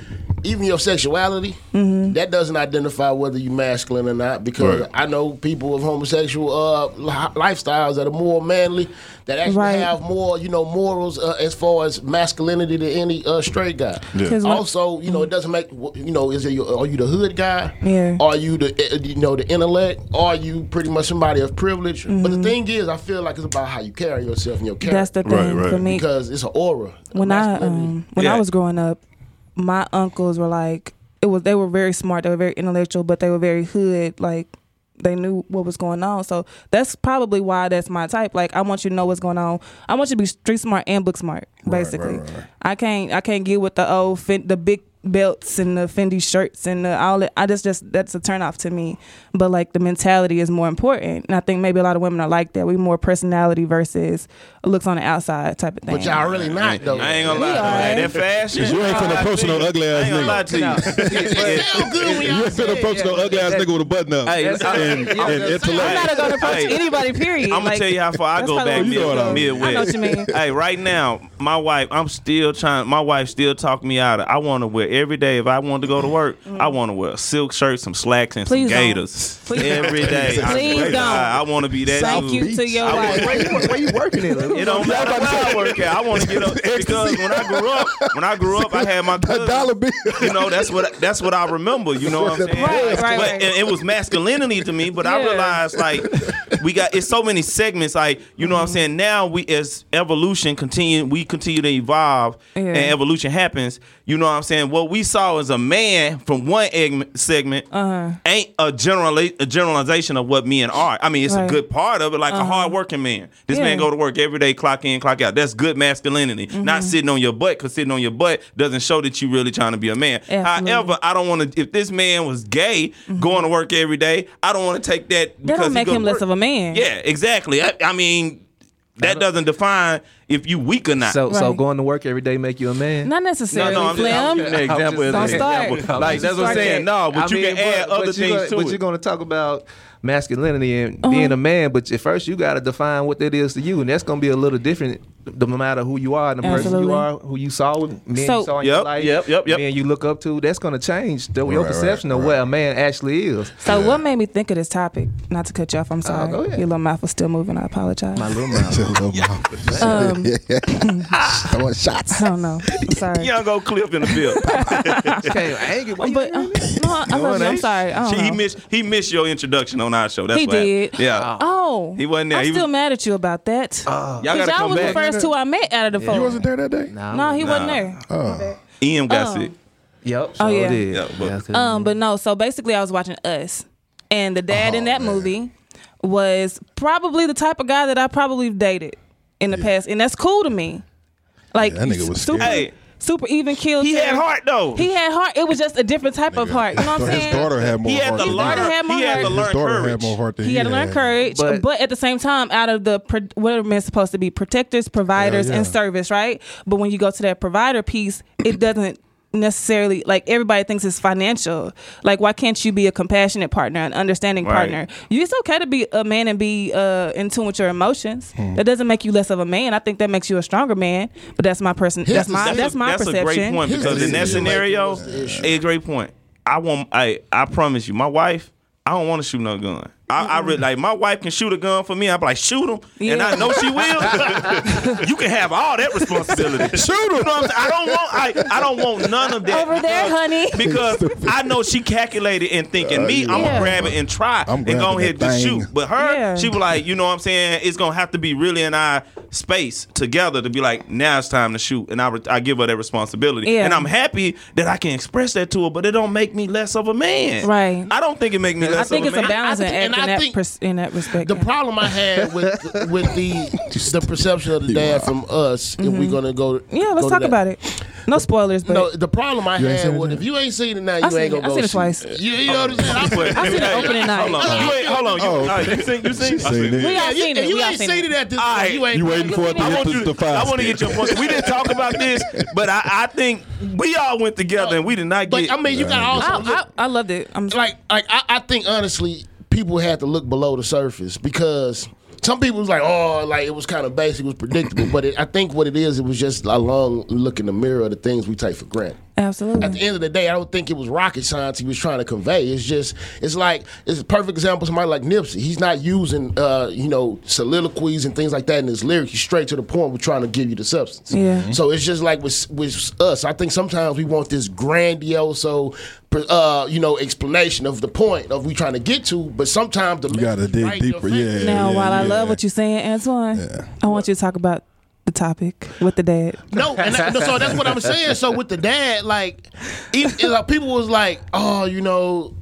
Speaker 5: even your sexuality
Speaker 2: Mm-hmm.
Speaker 5: that doesn't identify whether you masculine or not because
Speaker 1: Right.
Speaker 5: i know people of homosexual uh, li- lifestyles that are more manly that actually
Speaker 2: Right.
Speaker 5: have more you know morals uh, as far as masculinity than any uh, straight guy
Speaker 1: Yeah.
Speaker 2: 'Cause when-
Speaker 5: also you know it doesn't make you know is it your, are you the hood guy
Speaker 2: Yeah.
Speaker 5: are you the uh, you know the intellect are you pretty much somebody of privilege but the thing is i feel like it's about how you carry yourself and your character
Speaker 2: Mm-hmm. That's the thing
Speaker 1: Right, right.
Speaker 2: for me.
Speaker 5: because it's an aura
Speaker 2: when I
Speaker 5: Masculinity.
Speaker 2: um, when I
Speaker 3: Yeah.
Speaker 2: was growing up, my uncles were like it was they were very smart, they were very intellectual, but they were very hood, like they knew what was going on. So that's probably why that's my type. Like I want you to know what's going on. I want you to be street smart and book smart, basically. I can't I can't get with the old fin- the big belts and the Fendi shirts and the all that. I just just that's a turnoff to me. But like the mentality is more important. And I think maybe a lot of women are like that. We more personality versus looks on the outside type of thing.
Speaker 5: But y'all really not though.
Speaker 3: I ain't gonna lie.
Speaker 2: We
Speaker 3: Right.
Speaker 2: alright.
Speaker 3: That fashion.
Speaker 6: You ain't finna approach no ugly
Speaker 3: I
Speaker 6: ass
Speaker 3: ain't gonna lie
Speaker 6: nigga.
Speaker 3: to you.
Speaker 5: It sound good when
Speaker 6: You
Speaker 5: y'all
Speaker 6: ain't
Speaker 5: say
Speaker 6: finna
Speaker 5: it.
Speaker 6: approach no ugly ass nigga with a button up
Speaker 3: Hey,
Speaker 6: and,
Speaker 3: I-
Speaker 6: and,
Speaker 5: I-
Speaker 6: and
Speaker 2: I'm
Speaker 6: intellect.
Speaker 2: not gonna approach
Speaker 3: Hey.
Speaker 2: anybody. Period.
Speaker 3: I'm gonna
Speaker 2: Like,
Speaker 3: tell you how far I
Speaker 2: that's
Speaker 3: go
Speaker 2: probably
Speaker 3: back
Speaker 2: what you
Speaker 6: know what I
Speaker 3: mid,
Speaker 6: mean.
Speaker 3: midwest.
Speaker 2: I know what you mean.
Speaker 3: hey, right now, my wife, I'm still trying. My wife still talk me out. of I want to wear every day. If I wanted to go to work, I want to wear a silk shirt, some slacks,
Speaker 2: Mm-hmm.
Speaker 3: and
Speaker 2: Please
Speaker 3: some
Speaker 2: don't.
Speaker 3: gators
Speaker 2: Please
Speaker 3: every
Speaker 2: don't.
Speaker 3: day. I
Speaker 2: Please
Speaker 3: swear to
Speaker 2: don't.
Speaker 3: God, I want to be that.
Speaker 2: Thank
Speaker 3: dude.
Speaker 2: you to your
Speaker 3: I
Speaker 2: wife.
Speaker 3: want-
Speaker 7: Where you, where you working at? Like,
Speaker 3: It don't matter where I work at. I want to get up because when I grew up, when I grew up, I had my cousin.
Speaker 6: dollar bill.
Speaker 3: You know, that's what that's what I remember. You know what I'm saying?
Speaker 2: Right, right,
Speaker 3: but
Speaker 2: right.
Speaker 3: And it was masculinity to me. But I
Speaker 2: Yeah.
Speaker 3: realized like we got it's so many segments. Like you know
Speaker 2: Mm-hmm.
Speaker 3: what I'm saying. Now we as evolution continue, we continue to evolve, and
Speaker 2: Yeah.
Speaker 3: evolution happens. You know what I'm saying. What we saw as a man from one egg- segment
Speaker 2: Uh-huh.
Speaker 3: ain't a general a generalization of what men are. I mean, it's
Speaker 2: Right.
Speaker 3: a good part of it, like a hard working man. This man
Speaker 2: Uh-huh. Yeah.
Speaker 3: go to work every day, clock in, clock out. That's good masculinity. Not
Speaker 2: Mm-hmm.
Speaker 3: sitting on your butt, because sitting on your butt doesn't show that you really trying to be a man.
Speaker 2: Absolutely. Mm-hmm.
Speaker 3: However, I don't want to. If this man was gay, going to work every day, I don't want to take that.
Speaker 2: That
Speaker 3: because
Speaker 2: don't
Speaker 3: he
Speaker 2: make
Speaker 3: go
Speaker 2: him
Speaker 3: to
Speaker 2: less of a
Speaker 3: work.
Speaker 2: man.
Speaker 3: Yeah, exactly. I, I mean, that doesn't define if you weak or not.
Speaker 7: So, so
Speaker 2: Right.
Speaker 7: going to work every day make you a man.
Speaker 2: Not necessarily,
Speaker 3: No, no, I'm just- I'm
Speaker 2: Slim.
Speaker 3: just- An example is an
Speaker 2: Don't start.
Speaker 3: example. Like, that's what I'm saying. No, but you can add other
Speaker 7: you
Speaker 3: things
Speaker 7: gonna-
Speaker 3: to
Speaker 7: But
Speaker 3: it.
Speaker 7: you're going to talk about masculinity and
Speaker 2: Uh-huh.
Speaker 7: being a man, but at first you got to define what that is to you, and that's going to be a little different no matter who you are, and the person
Speaker 2: Absolutely.
Speaker 7: you are, who you saw, with, men
Speaker 2: So-
Speaker 7: you saw in your
Speaker 3: Yep,
Speaker 7: life,
Speaker 3: yep, yep, yep.
Speaker 7: men you look up to. That's going to change the, your
Speaker 6: Right, right,
Speaker 7: perception of what a man actually is.
Speaker 2: So what made me think of this topic? Not to cut you off. I'm sorry.
Speaker 7: go ahead.
Speaker 2: Your little mouth was still moving. I apologize.
Speaker 7: My little mouth.
Speaker 2: um,
Speaker 5: Throwing shots.
Speaker 2: I don't know. I'm sorry.
Speaker 3: Young go clip in the field.
Speaker 7: I can't- I ain't get- why you
Speaker 2: But uh, no, I love you. I'm sorry. I
Speaker 3: She-
Speaker 2: don't
Speaker 3: he
Speaker 2: know.
Speaker 3: missed he missed your introduction on our show. That's
Speaker 2: He
Speaker 3: what happened.
Speaker 2: did.
Speaker 3: Yeah.
Speaker 2: Oh,
Speaker 3: He wasn't there.
Speaker 2: I'm
Speaker 3: He was-
Speaker 2: still mad at you about that.
Speaker 3: Y'all gotta
Speaker 2: y'all
Speaker 3: come
Speaker 2: was the
Speaker 3: back.
Speaker 2: first two I met out of the four.
Speaker 6: You wasn't there that day.
Speaker 2: No, he wasn't
Speaker 3: Nah.
Speaker 2: there.
Speaker 3: Em got
Speaker 2: Um,
Speaker 3: sick.
Speaker 7: Yep. sure
Speaker 2: yeah.
Speaker 7: did.
Speaker 3: Yeah, but-
Speaker 7: Yeah, 'cause-
Speaker 2: Um, but no. So basically, I was watching Us, and the dad
Speaker 6: Oh,
Speaker 2: in that movie was probably the type of guy that I probably dated in the past, and that's cool to me. Like
Speaker 6: Yeah, that nigga was
Speaker 2: super,
Speaker 6: scary.
Speaker 3: Hey.
Speaker 2: super even killed.
Speaker 3: He had heart though.
Speaker 2: He had heart. It was just a different type of heart. You know what I'm
Speaker 6: His
Speaker 2: saying?
Speaker 6: daughter had more
Speaker 3: he had
Speaker 6: heart.
Speaker 3: to
Speaker 6: than
Speaker 3: learn.
Speaker 2: daughter had more
Speaker 3: He had to
Speaker 2: heart.
Speaker 6: His
Speaker 3: learn
Speaker 6: daughter had
Speaker 3: courage.
Speaker 6: more heart than
Speaker 2: he had to learn courage, but,
Speaker 7: But-
Speaker 2: at the same time, out of the pro- what are meant supposed to be protectors, providers,
Speaker 6: yeah.
Speaker 2: and service, right? But when you go to that provider piece, it doesn't necessarily like everybody thinks it's financial. Like, why can't you be a compassionate partner, an understanding
Speaker 3: Right.
Speaker 2: partner? You, it's okay to be a man and be uh, in tune with your emotions. That doesn't make you less of a man. I think that makes you a stronger man. But that's my person. That's, my
Speaker 3: That's,
Speaker 2: that's,
Speaker 3: a,
Speaker 2: my
Speaker 3: that's
Speaker 2: perception.
Speaker 3: a great point
Speaker 5: Here's
Speaker 3: because
Speaker 5: the
Speaker 3: in that
Speaker 5: issue.
Speaker 3: scenario,
Speaker 5: What's the issue?
Speaker 3: a great point. I want. I I promise you, my wife. I don't want to shoot no gun. I, I really like my wife can shoot a gun for me. I'm like shoot him, and
Speaker 2: Yeah.
Speaker 3: I know she will. you can have all that responsibility. shoot him. You know what I'm saying? I don't want. I, I don't want none of that
Speaker 2: Over there,
Speaker 3: because-
Speaker 2: honey.
Speaker 3: Because I know she calculated and thinking me. I'm
Speaker 2: Yeah.
Speaker 3: gonna grab it and try
Speaker 6: I'm
Speaker 3: and go
Speaker 6: grabbing
Speaker 3: ahead and
Speaker 6: that
Speaker 3: just
Speaker 6: thing.
Speaker 3: shoot. But her,
Speaker 2: Yeah.
Speaker 3: she was like, you know what I'm saying? It's gonna have to be really in our space together to be like, now it's time to shoot, and I, re- I give her that responsibility,
Speaker 2: Yeah.
Speaker 3: and I'm happy that I can express that to her, but it don't make me less of a man,
Speaker 2: Right.
Speaker 3: I don't think it make me
Speaker 2: I
Speaker 3: less.
Speaker 2: think
Speaker 3: of
Speaker 2: it's
Speaker 3: a
Speaker 2: a
Speaker 3: man.
Speaker 2: balancing
Speaker 5: I think-
Speaker 2: act
Speaker 5: and
Speaker 2: in
Speaker 5: I
Speaker 2: that,
Speaker 5: think
Speaker 2: pers- in that respect.
Speaker 5: The
Speaker 2: yeah.
Speaker 5: problem I had with with the the perception of the dad from us, if we're gonna go,
Speaker 2: Mm-hmm. yeah, let's talk about it. No spoilers, but
Speaker 5: No, the problem I
Speaker 6: You ain't seen
Speaker 5: had
Speaker 6: it
Speaker 5: was
Speaker 6: yet?
Speaker 5: if you ain't seen it now,
Speaker 2: I
Speaker 5: you
Speaker 2: seen
Speaker 5: ain't
Speaker 2: it.
Speaker 5: gonna
Speaker 2: I
Speaker 5: go.
Speaker 2: seen it
Speaker 5: see
Speaker 2: twice.
Speaker 5: You, you know what I'm saying?
Speaker 3: But-
Speaker 2: I seen it opening night.
Speaker 3: Hold on, you ain't, hold on. You,
Speaker 6: Oh.
Speaker 3: all right, you seen, you seen.
Speaker 6: She seen
Speaker 2: We
Speaker 6: it.
Speaker 2: all
Speaker 5: Yeah,
Speaker 2: seen
Speaker 5: you,
Speaker 2: it.
Speaker 5: you
Speaker 2: We all
Speaker 5: ain't
Speaker 2: seen it.
Speaker 5: seen it at this
Speaker 3: All
Speaker 5: point.
Speaker 3: right.
Speaker 5: You ain't.
Speaker 6: You waiting for it to
Speaker 3: I
Speaker 6: hit
Speaker 3: want
Speaker 6: the,
Speaker 3: you.
Speaker 6: the
Speaker 3: To, I
Speaker 6: five
Speaker 3: want to get your point. We didn't talk about this, but I, I think we all went together and we did not
Speaker 5: But
Speaker 3: get.
Speaker 5: I mean, you got
Speaker 2: I,
Speaker 5: also.
Speaker 2: I, I loved it. I'm
Speaker 5: like like I, I think honestly, people had to look below the surface because some people was like, oh, like it was kind of basic, it was predictable. but it, I think what it is, it was just a long look in the mirror of the things we take for granted. At the
Speaker 2: absolutely.
Speaker 5: end of the day, I don't think it was rocket science he was trying to convey. It's just, it's like, it's a perfect example. of Somebody like Nipsey, he's not using, uh, you know, soliloquies and things like that in his lyrics. He's straight to the point. We're trying to give you the substance. Mm-hmm.
Speaker 2: Yeah. Mhm.
Speaker 5: So it's just like with with us. I think sometimes we want this grandiose, uh, you know, explanation of the point of we trying to get to. But sometimes the
Speaker 6: You gotta dig deeper. Yeah.
Speaker 2: Now,
Speaker 6: yeah,
Speaker 2: while I
Speaker 6: yeah.
Speaker 2: love what you're saying, Antoine, I want you to talk about the topic with the dad.
Speaker 5: No, and that, so that's what I'm saying. So with the dad, like, if, if, like people was like, oh, you know,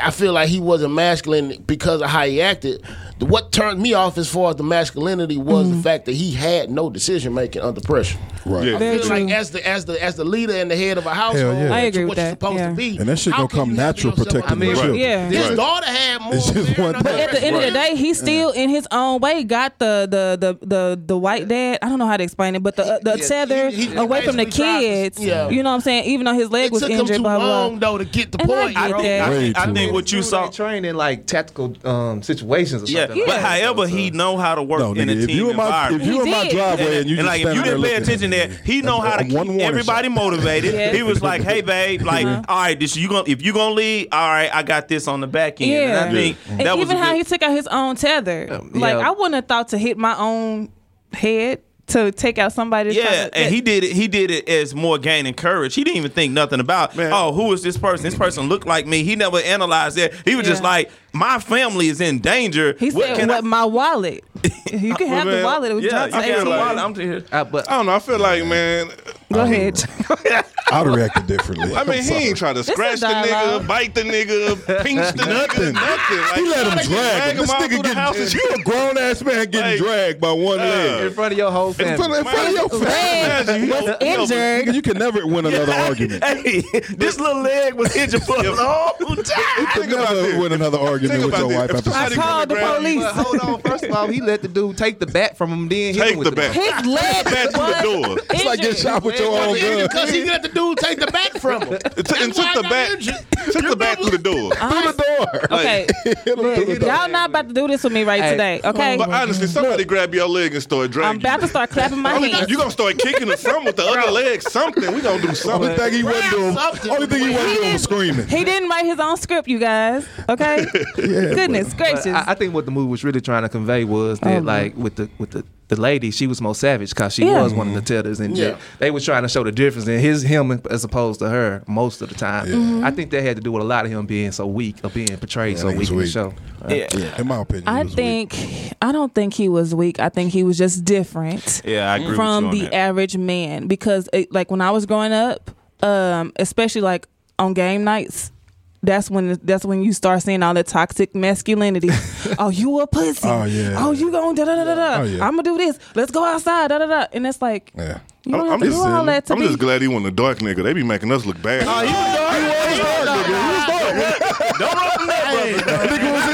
Speaker 5: I feel like he wasn't masculine because of how he acted. The- What turned me off as far as the masculinity was
Speaker 2: Mm-hmm.
Speaker 5: the fact that he had no decision making under pressure.
Speaker 6: Right.
Speaker 1: Yeah.
Speaker 5: I
Speaker 2: Very
Speaker 5: feel
Speaker 2: true.
Speaker 5: like as the as the as the leader and the head of a
Speaker 6: yeah.
Speaker 5: household,
Speaker 6: I
Speaker 2: agree
Speaker 5: what
Speaker 2: with
Speaker 5: you're
Speaker 2: that,
Speaker 5: supposed
Speaker 2: yeah.
Speaker 5: to be,
Speaker 6: And that shit
Speaker 5: how
Speaker 6: gonna
Speaker 5: can
Speaker 6: come
Speaker 5: you have
Speaker 6: natural
Speaker 5: yourself
Speaker 6: protecting
Speaker 5: under
Speaker 6: your
Speaker 5: pressure?
Speaker 6: children.
Speaker 2: Yeah.
Speaker 5: His
Speaker 1: Right.
Speaker 5: daughter had more.
Speaker 6: It's just
Speaker 5: bearing
Speaker 6: one
Speaker 5: on
Speaker 6: thing.
Speaker 5: that
Speaker 2: At the end of the day, he still, in his own way, got the the the the, the white dad. I don't know how to explain it, but the uh, the
Speaker 5: Yeah,
Speaker 2: tether
Speaker 5: he- he
Speaker 2: away from the
Speaker 5: basically tried to-
Speaker 2: kids.
Speaker 5: yeah.
Speaker 2: You know what I'm saying? Even though his leg
Speaker 5: It
Speaker 2: was
Speaker 5: took him
Speaker 2: injured,
Speaker 5: too
Speaker 2: blah blah.
Speaker 5: long though to get the
Speaker 2: And I
Speaker 5: point.
Speaker 2: get
Speaker 5: bro.
Speaker 2: that.
Speaker 6: Way
Speaker 3: I,
Speaker 6: too
Speaker 3: think what you saw.
Speaker 7: trained in like tactical um, situations or
Speaker 3: Yeah,
Speaker 7: something. like
Speaker 3: but
Speaker 7: that.
Speaker 3: however he know how to work
Speaker 6: No,
Speaker 3: in a
Speaker 6: nigga, if
Speaker 3: team
Speaker 6: you in my
Speaker 3: environment.
Speaker 6: if you
Speaker 2: He
Speaker 6: in my
Speaker 2: did.
Speaker 6: driveway
Speaker 3: And,
Speaker 6: and you
Speaker 3: and
Speaker 6: just
Speaker 3: like if you
Speaker 6: standing there
Speaker 3: didn't pay
Speaker 6: looking,
Speaker 3: attention there, he know how to
Speaker 6: I'm one
Speaker 3: keep
Speaker 6: warning
Speaker 3: everybody motivated.
Speaker 2: Yes.
Speaker 3: He was like, "Hey, babe, like,
Speaker 2: Mm-hmm.
Speaker 3: all right, this you gonna if you gonna leave, all right, I got this on the back end." And I
Speaker 2: Yeah.
Speaker 3: think
Speaker 2: And
Speaker 3: that was
Speaker 2: even
Speaker 3: a
Speaker 2: how
Speaker 3: good-
Speaker 2: he took out his own tether. like
Speaker 7: yeah.
Speaker 2: I wouldn't have thought to hit my own head to take out somebody. that's
Speaker 3: Yeah,
Speaker 2: trying to-
Speaker 3: and he did it. He did it as more gaining courage. He didn't even think nothing about.
Speaker 1: Man.
Speaker 3: Oh, who is this person? This person looked like me. He never analyzed that. He was just
Speaker 2: Yeah.
Speaker 3: like, my family is in danger.
Speaker 2: He said,
Speaker 3: can
Speaker 2: "What
Speaker 3: I-
Speaker 2: my wallet? you can have the
Speaker 1: man,
Speaker 2: wallet. It was
Speaker 3: Yeah,
Speaker 2: Johnson
Speaker 3: I got a
Speaker 2: 18.
Speaker 3: wallet. I'm here.
Speaker 7: Uh, but
Speaker 1: I don't know. I feel like, man,
Speaker 2: Go ahead.
Speaker 6: I'd have reacted differently.
Speaker 1: I mean, he ain't try to scratch the nigga,
Speaker 2: dialogue.
Speaker 1: bite the nigga, pinch the
Speaker 6: Nothing.
Speaker 1: nigga, nothing. Like,
Speaker 6: He let him drag him. This
Speaker 1: out through
Speaker 6: nigga
Speaker 1: the house.
Speaker 6: getting you a grown ass man getting
Speaker 1: Like,
Speaker 6: dragged by one
Speaker 7: in
Speaker 6: leg.
Speaker 7: front of your whole
Speaker 6: In front,
Speaker 7: family.
Speaker 6: in front of your
Speaker 2: Leg
Speaker 6: family. What-
Speaker 2: injured.
Speaker 6: Nigga, You can never win another argument.
Speaker 3: Hey, this little leg was injured for a long time.
Speaker 6: You can never win another argument
Speaker 1: Think
Speaker 6: with your
Speaker 1: about
Speaker 6: wife
Speaker 1: this. If somebody
Speaker 6: after
Speaker 2: I called the
Speaker 1: grab you,
Speaker 2: police.
Speaker 7: But hold on. First of all, he let the dude take the bat from him. Then hit him
Speaker 1: Take
Speaker 7: with
Speaker 1: the
Speaker 7: the
Speaker 1: bat.
Speaker 2: His leg
Speaker 1: Back to the
Speaker 2: was
Speaker 1: door.
Speaker 6: It's like getting
Speaker 2: injured.
Speaker 6: shot with
Speaker 5: Oh,
Speaker 6: your own gun.
Speaker 5: Because he let the dude take the back from him.
Speaker 1: It took- and
Speaker 5: That's why
Speaker 1: took the
Speaker 5: I got injured.
Speaker 1: back, took the back through the door.
Speaker 6: Through the door.
Speaker 2: Okay, y'all not about to do this with me right
Speaker 7: Hey.
Speaker 2: today. Okay,
Speaker 1: But honestly, somebody grab your leg and start
Speaker 2: I'm
Speaker 1: dragging.
Speaker 2: about to start clapping my
Speaker 1: you.
Speaker 2: hands.
Speaker 1: you gonna start kicking the front with the other leg. Something. We gonna do
Speaker 6: Only
Speaker 1: something.
Speaker 6: thing he wasn't doing.
Speaker 5: something.
Speaker 6: Only thing he
Speaker 2: He
Speaker 6: wasn't doing
Speaker 2: didn't-
Speaker 6: was screaming.
Speaker 2: He didn't write his own script, you guys. Okay, goodness gracious.
Speaker 7: But I, I think what the movie was really trying to convey was that, like, with the with the, the lady, she was more savage because she
Speaker 2: Yeah.
Speaker 7: was one of the tethers, and
Speaker 5: Yeah.
Speaker 7: they, they were trying to show the difference in his him as opposed to her most of the time. I think that had to do with a lot of him being so weak or being portrayed so
Speaker 6: he
Speaker 7: weak
Speaker 6: was
Speaker 7: in the
Speaker 6: weak.
Speaker 7: show.
Speaker 3: Yeah.
Speaker 6: In my opinion, it
Speaker 2: I
Speaker 6: was
Speaker 2: think I don't think he was weak. I think he was just different
Speaker 3: Yeah, I agree with you
Speaker 2: from
Speaker 3: on
Speaker 2: the
Speaker 3: that.
Speaker 2: average man because it, like when I was growing up, um, especially like on game nights, that's when that's when you start seeing all the toxic masculinity. oh, you a pussy.
Speaker 6: Oh, yeah.
Speaker 2: Oh, you going da da da da.
Speaker 6: Oh, yeah.
Speaker 2: I'm gonna do this. Let's go outside. Da da da. And it's like
Speaker 6: weak. Yeah.
Speaker 2: you don't
Speaker 1: I'm-
Speaker 2: have
Speaker 1: I'm
Speaker 2: to
Speaker 1: just
Speaker 2: do all
Speaker 1: saying,
Speaker 2: that to
Speaker 1: I'm
Speaker 2: be.
Speaker 1: just glad he wasn't a dark nigga. They be making us look bad.
Speaker 3: um
Speaker 6: He was in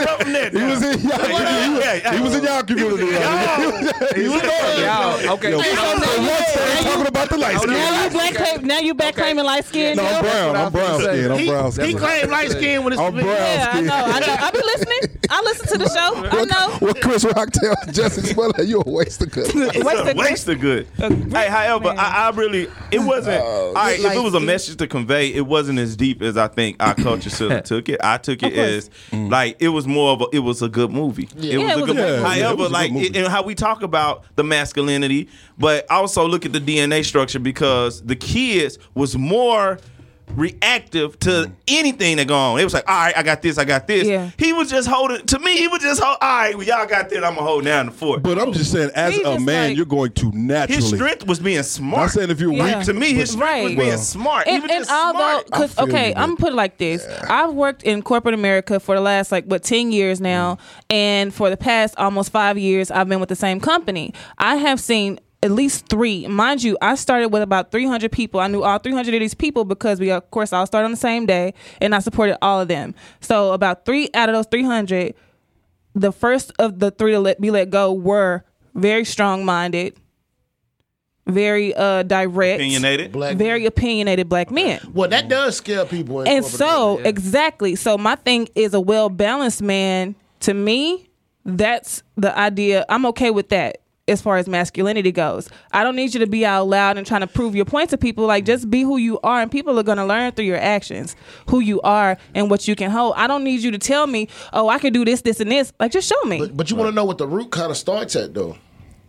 Speaker 6: y'all community. He was in y'all community. right? He was there.
Speaker 7: Y'all, okay.
Speaker 6: Yo,
Speaker 7: Hey,
Speaker 6: I'm the one saying talking about the light skin.
Speaker 2: now you black claim, now you back claiming light skin.
Speaker 6: No, I'm brown. I'm brown skin. I'm brown
Speaker 5: He, he
Speaker 6: skin.
Speaker 5: claimed light skin when it's
Speaker 6: I'm brown
Speaker 2: yeah, I
Speaker 6: skin.
Speaker 2: know, I know. I be listening. I listen to the show. I know.
Speaker 6: What Chris Rock tells Justin Smollett, you a waste of good.
Speaker 2: Waste of
Speaker 3: Waste of good.
Speaker 2: Uh,
Speaker 3: Hey, however, I, I really it wasn't.
Speaker 6: Oh,
Speaker 3: all right, if it was a message to convey, it wasn't as deep as I think our culture should have took it. I took it as like it was more of a. It was a good movie. It
Speaker 2: Yeah, it was a good
Speaker 6: movie. Yeah, it
Speaker 3: However,
Speaker 6: was a good
Speaker 3: like
Speaker 6: movie.
Speaker 3: it- and how we talk about the masculinity, but also look at the DNA structure because the kids was more. Reactive to anything that go on, it was like, all right, I got this, I got this.
Speaker 2: Yeah.
Speaker 3: He was just holding. To me, he was just hold. All right, well, y'all got this. I'm gonna hold down the fort.
Speaker 6: But I'm just saying, as
Speaker 2: He
Speaker 6: a
Speaker 2: just
Speaker 6: man,
Speaker 2: like-
Speaker 6: you're going to
Speaker 3: His
Speaker 6: naturally.
Speaker 3: strength was being smart.
Speaker 6: I'm saying if you're
Speaker 2: Yeah.
Speaker 6: weak
Speaker 3: to me, his strength was
Speaker 2: Right.
Speaker 3: being
Speaker 6: Well,
Speaker 3: smart.
Speaker 2: And,
Speaker 3: Even
Speaker 2: and
Speaker 3: just
Speaker 2: although,
Speaker 3: smart.
Speaker 2: cause,
Speaker 6: I feel
Speaker 2: okay, I'm
Speaker 6: you, but-
Speaker 2: gonna put it like this: I've worked in corporate America for the last like what ten years now,
Speaker 6: Mm.
Speaker 2: and for the past almost five years, I've been with the same company. I have seen at least three, mind you. I started with about 300 people. I knew all 300 of these people because we, of course, all started on the same day, and I supported all of them. So about three out of those 300, the first of the three to let, be let go were very strong-minded, very uh direct,
Speaker 3: opinionated.
Speaker 5: Black
Speaker 2: very opinionated black men.
Speaker 5: Well, that does scare people. in
Speaker 2: And
Speaker 5: corporate
Speaker 2: so,
Speaker 5: America.
Speaker 2: exactly. So, my thing is a well balanced man. To me, that's the idea. I'm okay with that as far as masculinity goes. I don't need you to be out loud and trying to prove your point to people. Like, just be who you are, and people are going to learn through your actions who you are and what you can hold. I don't need you to tell me, oh, I can do this, this, and this. Like, just show me.
Speaker 5: But, but you want to know what the root kind of starts at, though.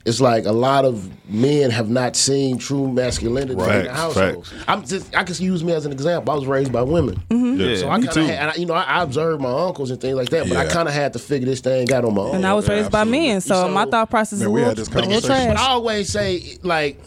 Speaker 5: It's like a lot of men have not seen true masculinity in
Speaker 1: Facts,
Speaker 5: the households. I'm just I can use me as an example. I was raised by women,
Speaker 2: Mm-hmm.
Speaker 1: Yeah.
Speaker 5: so I kind of had, and I- you know I, I observed my uncles and things like that, but I
Speaker 6: Yeah.
Speaker 5: kind of had to figure this thing out on my own.
Speaker 2: and I was raised by men, so,
Speaker 5: So-
Speaker 2: my thought process is
Speaker 6: Man,
Speaker 2: a
Speaker 6: we
Speaker 2: little,
Speaker 6: had this
Speaker 2: a little
Speaker 6: conversation.
Speaker 5: But I
Speaker 2: trash.
Speaker 5: always say, like,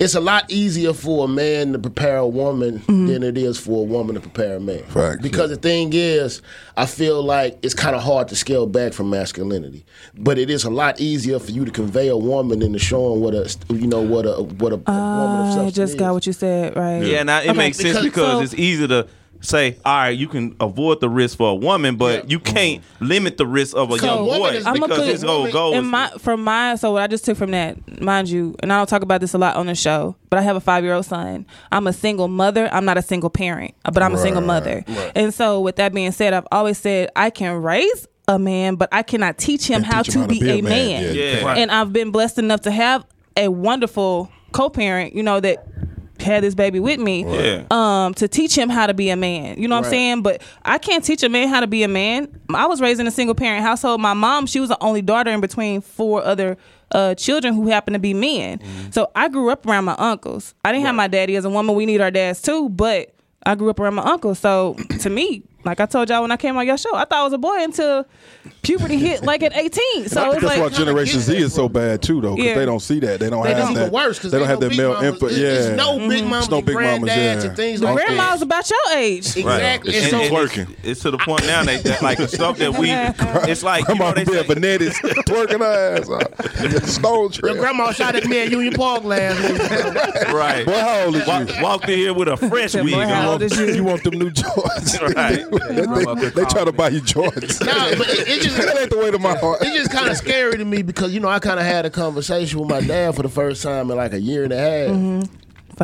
Speaker 5: it's a lot easier for a man to prepare a woman
Speaker 2: Mm-hmm.
Speaker 5: than it is for a woman to prepare a man.
Speaker 6: Facts.
Speaker 5: Because the thing is, I feel like it's kind of hard to scale back from masculinity, but it is a lot easier for you to convey a woman than to show 'em what a you know what a what a, a woman of
Speaker 2: I
Speaker 5: substance
Speaker 2: just
Speaker 5: is.
Speaker 2: got what you said, right?
Speaker 3: Yeah, now it
Speaker 2: Okay.
Speaker 3: makes sense
Speaker 5: Because-
Speaker 3: because
Speaker 2: so-
Speaker 3: it's easy to say, all right, you can avoid the risk for a woman, but
Speaker 5: Yeah.
Speaker 3: you can't limit the risk of a
Speaker 5: So
Speaker 3: young
Speaker 5: woman
Speaker 3: boy
Speaker 5: is-
Speaker 3: because
Speaker 2: put-
Speaker 3: his whole goal
Speaker 2: in
Speaker 3: is
Speaker 2: my from my so what I just took from that, mind you, and I don't talk about this a lot on the show, but I have a five year old son. I'm a single mother. I'm not a single parent, but I'm a single mother. And so, with that being said, I've always said I can raise a man, but I cannot teach him how
Speaker 6: teach
Speaker 2: to
Speaker 6: him
Speaker 2: be, a man.
Speaker 6: Yeah,
Speaker 3: yeah.
Speaker 2: And I've been blessed enough to have a wonderful co parent, you know that had this baby with me
Speaker 3: Yeah.
Speaker 2: um to teach him how to be a man. You know what I'm saying? But I can't teach a man how to be a man. I was raised in a single parent household. My mom, she was the only daughter in between four other uh, children who happened to be men. So I grew up around my uncles. I didn't have my daddy as a woman. We need our dads too, but I grew up around my uncles. So to me, like I told y'all when I came on your show, I thought I was a boy until puberty hit like at 18. So it's
Speaker 6: That's why
Speaker 2: like
Speaker 6: Generation Z is so bad too, though, because
Speaker 2: Yeah.
Speaker 6: they don't see that. They don't
Speaker 5: They
Speaker 6: have
Speaker 5: don't
Speaker 6: that.
Speaker 5: even worse because
Speaker 6: they don't have that male
Speaker 5: mamas.
Speaker 6: input.
Speaker 5: It's-
Speaker 6: Yeah,
Speaker 5: it's no big mamas,
Speaker 6: It's no
Speaker 5: and
Speaker 6: big mamas,
Speaker 5: granddads
Speaker 6: yeah.
Speaker 5: and things
Speaker 6: The
Speaker 5: like
Speaker 2: grandma's
Speaker 5: that.
Speaker 2: about your age.
Speaker 5: Exactly.
Speaker 3: And-
Speaker 5: And, so
Speaker 3: and
Speaker 5: it's-
Speaker 1: twerking.
Speaker 3: It's to the point now that, that like the stuff that we, it's like you
Speaker 6: Come
Speaker 3: know,
Speaker 6: on,
Speaker 3: they
Speaker 6: be a
Speaker 3: say,
Speaker 6: Benettis twerking her ass out. Stone
Speaker 5: your
Speaker 6: trip.
Speaker 5: grandma shot at me at Union Park last week.
Speaker 3: right?
Speaker 6: Boy, how old is you?
Speaker 3: Walk, walked in here with a fresh
Speaker 2: Said,
Speaker 3: wig.
Speaker 2: boy, how
Speaker 3: on.
Speaker 2: old is you?
Speaker 6: You want them new Jordans?
Speaker 3: Right.
Speaker 6: they, they try to buy you Jordans.
Speaker 5: Nah, but it, it just
Speaker 6: that ain't the way to my heart.
Speaker 5: it's just kind of scary to me because you know I kind of had a conversation with my dad for the first time in like a year and a half,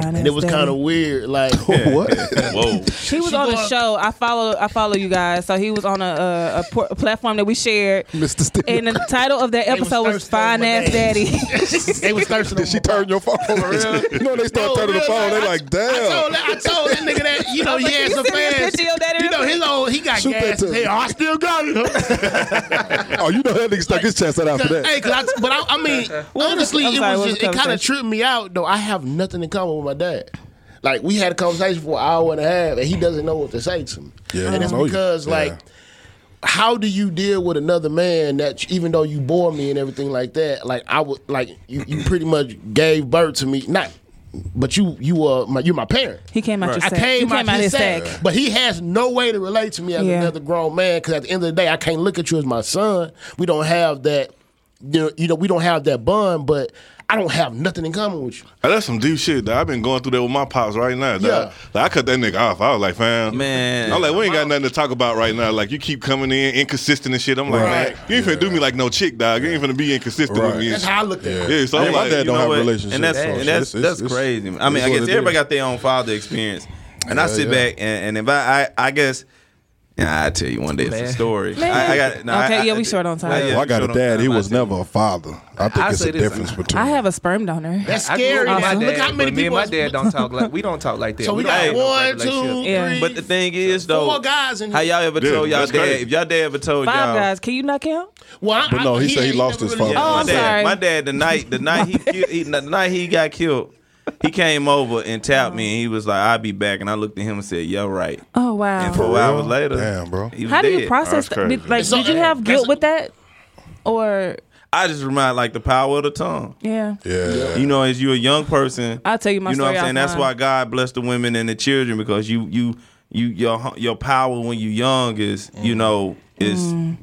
Speaker 5: and it was kind of weird. Like,
Speaker 6: what?
Speaker 3: Whoa.
Speaker 2: He was on a show. I follow. I follow you guys. So he was on a, a, a, por- a platform that we shared.
Speaker 6: Mr. Steve.
Speaker 2: And the title of that
Speaker 5: was
Speaker 2: episode was,
Speaker 5: thirsty over
Speaker 2: "Finance
Speaker 5: days.
Speaker 2: Daddy."
Speaker 5: they was thirsty.
Speaker 6: Did she turn your phone? you know they start turning the phone. They like, damn.
Speaker 5: I told, that, I told that nigga that you know
Speaker 2: was
Speaker 5: he
Speaker 2: like,
Speaker 5: had
Speaker 2: "You
Speaker 5: some
Speaker 2: sent me a
Speaker 5: fans.
Speaker 2: picture of your daddy
Speaker 5: You know
Speaker 2: real
Speaker 5: his old he got
Speaker 6: Shoot that
Speaker 5: gas.
Speaker 6: to
Speaker 5: Hey,
Speaker 6: him.
Speaker 5: I still got it.
Speaker 6: oh, you know that nigga stuck his chest out after
Speaker 5: hey,
Speaker 6: that.
Speaker 5: 'cause I, but I, I mean,
Speaker 2: was the-
Speaker 5: honestly,
Speaker 2: I'm sorry,
Speaker 5: it
Speaker 2: what
Speaker 5: was
Speaker 2: was
Speaker 5: just
Speaker 2: the
Speaker 5: it kind of
Speaker 2: conversation?
Speaker 5: tripped me out. Though I have nothing in common with my dad. Like we had a conversation for an hour and a half, and he doesn't know what to say to me.
Speaker 6: Yeah,
Speaker 5: and
Speaker 6: I
Speaker 5: it's
Speaker 6: know you.
Speaker 5: because
Speaker 6: Yeah.
Speaker 5: like. How do you deal with another man that you- even though you bore me and everything like that, like I would like you, you pretty much gave birth to me, not but you you were my you're my parent.
Speaker 2: he came out your
Speaker 5: I
Speaker 2: sack.
Speaker 5: came,
Speaker 2: He came out his sack.
Speaker 5: But he has no way to relate to me as
Speaker 2: Yeah.
Speaker 5: another grown man because at the end of the day, I can't look at you as my son. We don't have that, you know, you know, we don't have that bond, but I don't have nothing in common with you.
Speaker 1: Oh, that's some deep shit. That I've been going through that with my pops right now. dawg.
Speaker 5: Yeah.
Speaker 1: Like, I cut that nigga off. I was like, fam,
Speaker 3: Man.
Speaker 1: I'm like, we ain't got nothing to talk about right now. Like, you keep coming in inconsistent and shit. I'm like,
Speaker 5: Right.
Speaker 1: man, you ain't finna do me like no chick, dog. You ain't finna be inconsistent with
Speaker 6: Right.
Speaker 1: me.
Speaker 5: That's how I look at it.
Speaker 1: Yeah, so
Speaker 6: Yeah,
Speaker 1: I'm
Speaker 6: my
Speaker 1: like,
Speaker 6: dad
Speaker 1: you
Speaker 6: don't
Speaker 1: know
Speaker 6: have
Speaker 1: what?
Speaker 6: relationships,
Speaker 3: And that's
Speaker 6: so
Speaker 3: and that's
Speaker 6: it's- it's-
Speaker 3: that's
Speaker 6: it's-
Speaker 3: crazy. I mean,
Speaker 6: it's
Speaker 3: I
Speaker 6: what
Speaker 3: guess
Speaker 6: it
Speaker 3: everybody
Speaker 6: is.
Speaker 3: got their own father experience, and I
Speaker 6: Yeah,
Speaker 3: sit
Speaker 6: yeah.
Speaker 3: back and, and if I, I I guess. Nah, I tell you one day it's
Speaker 7: Man.
Speaker 3: a story.
Speaker 2: Man.
Speaker 3: I, I got nah,
Speaker 2: Okay,
Speaker 3: I-
Speaker 2: yeah, we
Speaker 3: I-
Speaker 2: short on time.
Speaker 3: Nah, yeah,
Speaker 6: Well, I
Speaker 3: we
Speaker 6: got
Speaker 3: short
Speaker 6: a
Speaker 3: on
Speaker 6: dad.
Speaker 3: time.
Speaker 6: He
Speaker 3: I
Speaker 6: was
Speaker 3: tell you.
Speaker 6: never a father. I think
Speaker 7: I
Speaker 6: it's
Speaker 7: say
Speaker 6: a
Speaker 7: this,
Speaker 6: difference
Speaker 7: I-
Speaker 6: between.
Speaker 2: I have a sperm donor.
Speaker 5: That's
Speaker 7: I grew up
Speaker 5: scary.
Speaker 7: with my
Speaker 5: though. Look
Speaker 7: dad,
Speaker 5: how many
Speaker 7: but me and
Speaker 5: people.
Speaker 7: my
Speaker 5: are-
Speaker 7: dad don't talk like we don't talk like that.
Speaker 5: So we
Speaker 7: don't
Speaker 5: got
Speaker 7: have no
Speaker 5: one,
Speaker 7: relationship.
Speaker 5: two,
Speaker 2: Yeah.
Speaker 5: three,
Speaker 3: But the thing is, though,
Speaker 5: four guys in
Speaker 3: how
Speaker 5: here.
Speaker 3: y'all ever
Speaker 1: Yeah,
Speaker 3: told y'all
Speaker 1: that's
Speaker 3: dad?
Speaker 1: crazy.
Speaker 3: If y'all dad ever told
Speaker 2: Five
Speaker 3: y'all,
Speaker 2: guys. Can you not count?
Speaker 5: Well, I-
Speaker 6: But no,
Speaker 5: I-
Speaker 6: he said he
Speaker 5: ain't
Speaker 6: lost
Speaker 5: never
Speaker 6: his
Speaker 5: really-
Speaker 6: father.
Speaker 2: Oh,
Speaker 3: my
Speaker 2: I'm
Speaker 3: dad,
Speaker 2: sorry.
Speaker 3: my dad, the night, the night he, killed, he the night he got killed, he came over and tapped me, and he was like, "I'll be back," and I looked at him and said, "Yo, right."
Speaker 2: Oh
Speaker 3: And four
Speaker 2: wow.
Speaker 6: real?
Speaker 3: hours later,
Speaker 6: Damn, bro.
Speaker 3: he was
Speaker 2: How do you
Speaker 3: dead.
Speaker 1: That's
Speaker 2: process that?
Speaker 1: crazy.
Speaker 2: Did, like,
Speaker 5: So,
Speaker 2: did you
Speaker 5: uh,
Speaker 2: have
Speaker 5: that's-
Speaker 2: guilt with that, or
Speaker 3: I just remind like the power of the tongue.
Speaker 2: yeah?
Speaker 6: Yeah.
Speaker 3: You know, as you a young person,
Speaker 2: I'll tell you my
Speaker 3: You know what I'm
Speaker 2: story
Speaker 3: saying? That's
Speaker 2: offline.
Speaker 3: why God bless the women and the children because you you you your your power when you young is you know is
Speaker 2: Mm.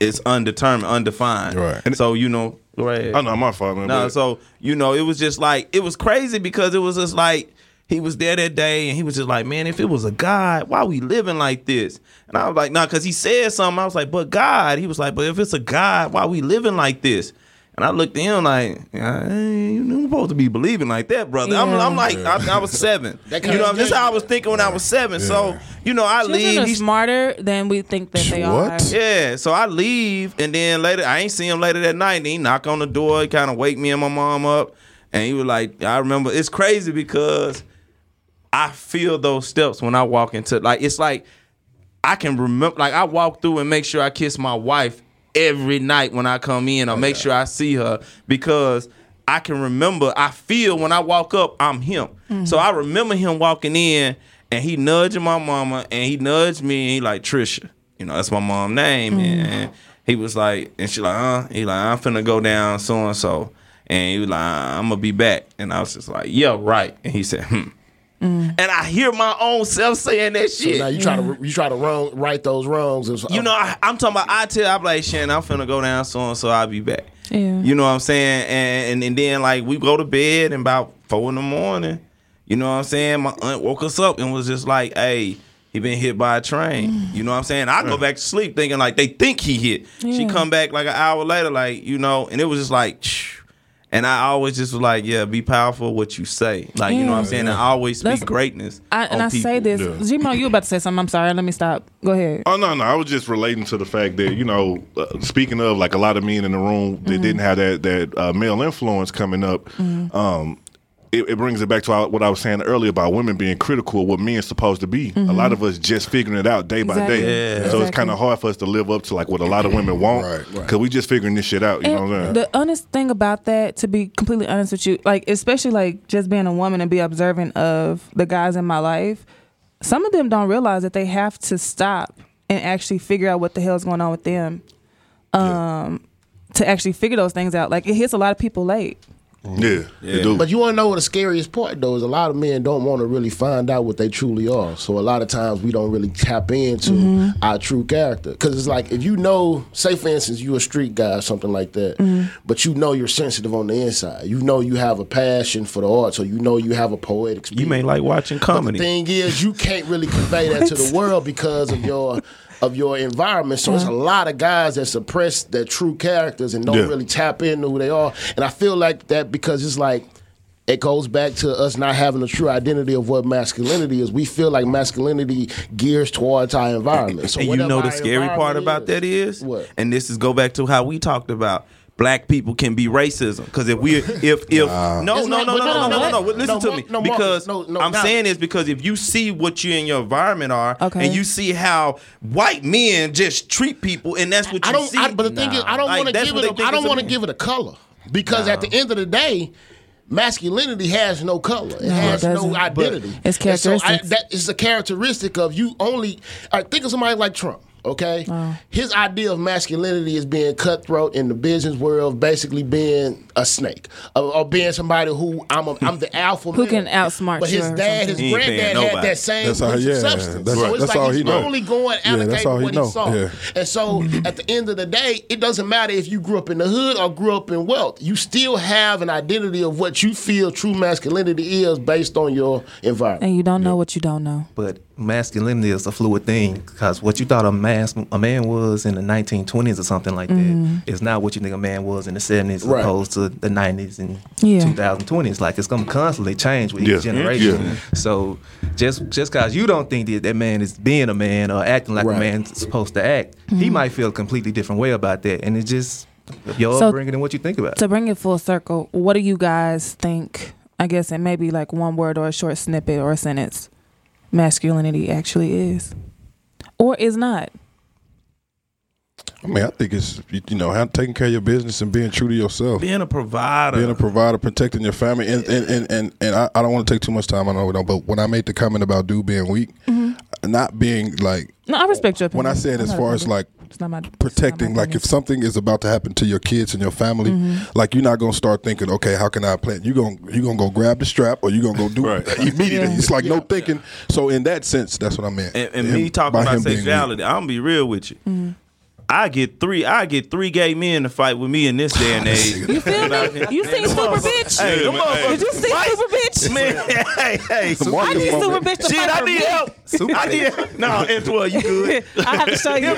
Speaker 3: is undetermined, undefined.
Speaker 6: Right.
Speaker 3: And so you know, go ahead.
Speaker 1: I know Oh, my fault, man.
Speaker 3: No,
Speaker 1: but-
Speaker 3: so you know, it was just like it was crazy because it was just like he was there that day and he was just like, man, if it was a God, why we living like this? And I was like, nah, because he said something. I was like, but God. He was like, but if it's a God, why we living like this? And I looked at him like, "Yeah, I ain't- you ain't supposed to be believing like that, brother. I'm,
Speaker 2: Yeah.
Speaker 3: I'm like, I, I was seven. you
Speaker 5: That
Speaker 3: know, what I'm- this is how I
Speaker 5: kind
Speaker 3: was thinking when I was seven. So, you know, I
Speaker 2: Children
Speaker 3: leave.
Speaker 2: are
Speaker 3: He's
Speaker 2: smarter than we think that they
Speaker 6: What?
Speaker 2: are.
Speaker 3: yeah, so I leave, and then later I ain't see him later that night. And he knock on the door, he kind of wake me and my mom up, and he was like, "I remember." It's crazy because I feel those steps when I walk into like it's like I can remember like I walk through and make sure I kiss my wife every night when I come in or make sure I see her because I can remember I feel when I walk up I'm him. So I remember him walking in and he nudging my mama and he nudged me and he like Trisha. You know, that's my mom name and he was like and she like, "Huh?" He like, "I'm finna go down so and so." And he was like, "I'm gonna be back." And I was just like, "Yeah, right." And he said, "Hmm." And I hear my own self saying that shit.
Speaker 5: Now you try to you try to wrong right those wrongs. And so,
Speaker 2: Oh.
Speaker 3: You know, I, I'm talking about. I tell, I'm like, Shannon, I'm finna go down so and so. I'll be back.
Speaker 2: Yeah.
Speaker 3: You know what I'm saying? And, and and then like we go to bed and about four in the morning. You know what I'm saying? My aunt woke us up and was just like, "Hey, He been hit by a train.
Speaker 2: Mm.
Speaker 3: You know what I'm saying? I go back to sleep thinking like they think he hit. She come back like an hour later, like you know, and it was just like. And I always just was like, yeah, be powerful what you say. Like you know what I'm
Speaker 2: Yeah.
Speaker 3: saying. And I always speak
Speaker 2: That's-
Speaker 3: greatness.
Speaker 2: I, and
Speaker 3: on
Speaker 2: I say
Speaker 3: people.
Speaker 2: this,
Speaker 1: Yeah.
Speaker 2: Gmo, you about to say something? I'm sorry. Let me stop. Go ahead.
Speaker 1: Oh no, no. I was just relating to the fact that you know, uh, speaking of like a lot of men in the room that
Speaker 2: Mm-hmm.
Speaker 1: didn't have that that uh, male influence coming up. Um, it, it brings it back to what I was saying earlier about women being critical of what men supposed to be. A lot of us just figuring it out day by
Speaker 2: Mm-hmm. Exactly.
Speaker 1: day. So it's
Speaker 2: Exactly.
Speaker 1: kind of hard for us to live up to like what a lot of women want because we just figuring this shit out. You know what I'm saying?
Speaker 2: And the honest thing about that, to be completely honest with you, like especially like just being a woman and be observant of the guys in my life, some of them don't realize that they have to stop and actually figure out what the hell's going on with them. Um to actually figure those things out. Like it hits a lot of people late.
Speaker 6: Mm-hmm.
Speaker 1: yeah, they do.
Speaker 5: But you want to know what the scariest part though is a lot of men don't want to really find out what they truly are. So a lot of times we don't really tap into our true character because it's like if you know, say for instance, you a street guy or something like that, but you know you're sensitive on the inside. You know you have a passion for the arts, or you know you have a poetic.
Speaker 3: You may like watching comedy.
Speaker 5: The thing is, you can't really convey that to the world because of your of your environment. So it's a lot of guys that suppress their true characters and don't
Speaker 1: Yeah.
Speaker 5: really tap into who they are. And I feel like that because it's like it goes back to us not having a true identity of what masculinity is. We feel like masculinity gears towards our environment. So
Speaker 3: and you
Speaker 5: whatever
Speaker 3: know the
Speaker 5: our
Speaker 3: scary part
Speaker 5: environment
Speaker 3: about that is,
Speaker 5: What?
Speaker 3: and this is go back to how we talked about black people can be racism because if we if if no
Speaker 5: It's
Speaker 3: no no
Speaker 5: not- but
Speaker 3: no no no
Speaker 5: no,
Speaker 3: no,
Speaker 5: no,
Speaker 3: no,
Speaker 5: what?
Speaker 3: listen
Speaker 5: No,
Speaker 3: to
Speaker 5: Mar-
Speaker 3: me
Speaker 5: no, Marcus,
Speaker 3: because
Speaker 5: no, no,
Speaker 3: I'm
Speaker 5: not-
Speaker 3: saying is because if you see what you in your environment are
Speaker 2: Okay.
Speaker 3: and you see how white men just treat people and that's what you
Speaker 5: I don't.
Speaker 3: see
Speaker 5: I, but the thing is, I don't
Speaker 3: Like,
Speaker 5: want to
Speaker 3: that's
Speaker 5: give
Speaker 3: what
Speaker 5: it.
Speaker 3: they
Speaker 5: A,
Speaker 3: think
Speaker 5: I don't
Speaker 3: it's a
Speaker 5: want to
Speaker 3: man.
Speaker 5: give it a color because at the end of the day, masculinity has no color. It has no
Speaker 2: doesn't.
Speaker 5: identity.
Speaker 2: It's
Speaker 5: And so I-
Speaker 2: characteristics.
Speaker 5: that is a characteristic of you only. I think of somebody like Trump. Okay, his idea of masculinity is being cutthroat in the business world, basically being a snake or, or being somebody who I'm. A, I'm the alpha.
Speaker 2: Who can
Speaker 5: male.
Speaker 2: outsmart
Speaker 5: But
Speaker 2: you
Speaker 5: his
Speaker 2: or
Speaker 5: dad, his
Speaker 2: something.
Speaker 3: He ain't paying
Speaker 5: granddad had
Speaker 3: nobody.
Speaker 5: that same
Speaker 6: That's how-
Speaker 5: piece of
Speaker 6: yeah,
Speaker 5: substance.
Speaker 6: that's
Speaker 5: so
Speaker 6: right.
Speaker 5: it's
Speaker 6: That's all
Speaker 5: like
Speaker 6: he
Speaker 5: he's
Speaker 6: know.
Speaker 5: only going
Speaker 6: Yeah, that's
Speaker 5: allocating
Speaker 6: all he
Speaker 5: what
Speaker 6: know.
Speaker 5: he saw.
Speaker 6: Yeah.
Speaker 5: And so
Speaker 6: Mm-hmm.
Speaker 5: at the end of the day, it doesn't matter if you grew up in the hood or grew up in wealth. You still have an identity of what you feel true masculinity is based on your environment.
Speaker 2: And you don't know what you don't know.
Speaker 7: But masculinity is a fluid thing because what you thought a mas- a man was in the 1920s or something like that is not what you think a man was in the 70s
Speaker 5: Mm-hmm. Right.
Speaker 7: opposed to the 90s and
Speaker 2: Yeah.
Speaker 7: 2020s. Like it's going to constantly change with
Speaker 1: Yeah.
Speaker 7: each generation.
Speaker 1: Yeah.
Speaker 7: So just just because you don't think that that man is being a man or acting like
Speaker 5: Right. Mm-hmm.
Speaker 7: a man's supposed to act, he might feel a completely different way about that. And it's just your
Speaker 2: So-
Speaker 7: upbringing and what you think about.
Speaker 2: To bring it full circle, what do you guys think? I guess in maybe like one word or a short snippet or a sentence, masculinity actually is, or is not.
Speaker 6: I mean, I think it's you you know how taking care of your business and being true to yourself.
Speaker 3: being a provider
Speaker 6: Being a provider, protecting your family, and and and and, and I, I don't want to take too much time. I know we don't, but when I made the comment about dude being weak, not being like
Speaker 2: No, I respect your opinion.
Speaker 6: when I said
Speaker 2: I'm
Speaker 6: as
Speaker 2: not
Speaker 6: far as
Speaker 2: offended.
Speaker 6: like
Speaker 2: It's not my- it's not my
Speaker 6: protecting, like
Speaker 2: opinion.
Speaker 6: if something is about to happen to your kids and your family, like you're not gonna start thinking, okay, how can I plan? You gonna you gonna go grab the strap or you gonna go do
Speaker 1: Right.
Speaker 6: it immediately.
Speaker 2: Yeah.
Speaker 6: It's like no thinking. So in that sense, that's what I meant.
Speaker 3: and, and
Speaker 6: Him-
Speaker 3: me talking
Speaker 6: by
Speaker 3: about
Speaker 6: him being weak.
Speaker 3: sexuality, I'm gonna be real with you. I get three. I get three gay men to fight with me in this day and age.
Speaker 2: You feel me? You seen Super Bitch?
Speaker 3: Hey, them
Speaker 2: Did you see Super Bitch?
Speaker 3: Man, hey, hey,
Speaker 6: It's a
Speaker 2: I
Speaker 6: Marcus
Speaker 2: need Super
Speaker 6: moment.
Speaker 2: Bitch to
Speaker 3: shit,
Speaker 2: fight
Speaker 3: I
Speaker 2: for
Speaker 3: need
Speaker 2: me.
Speaker 3: help. I need no. It's well, you good?
Speaker 2: I have to show you.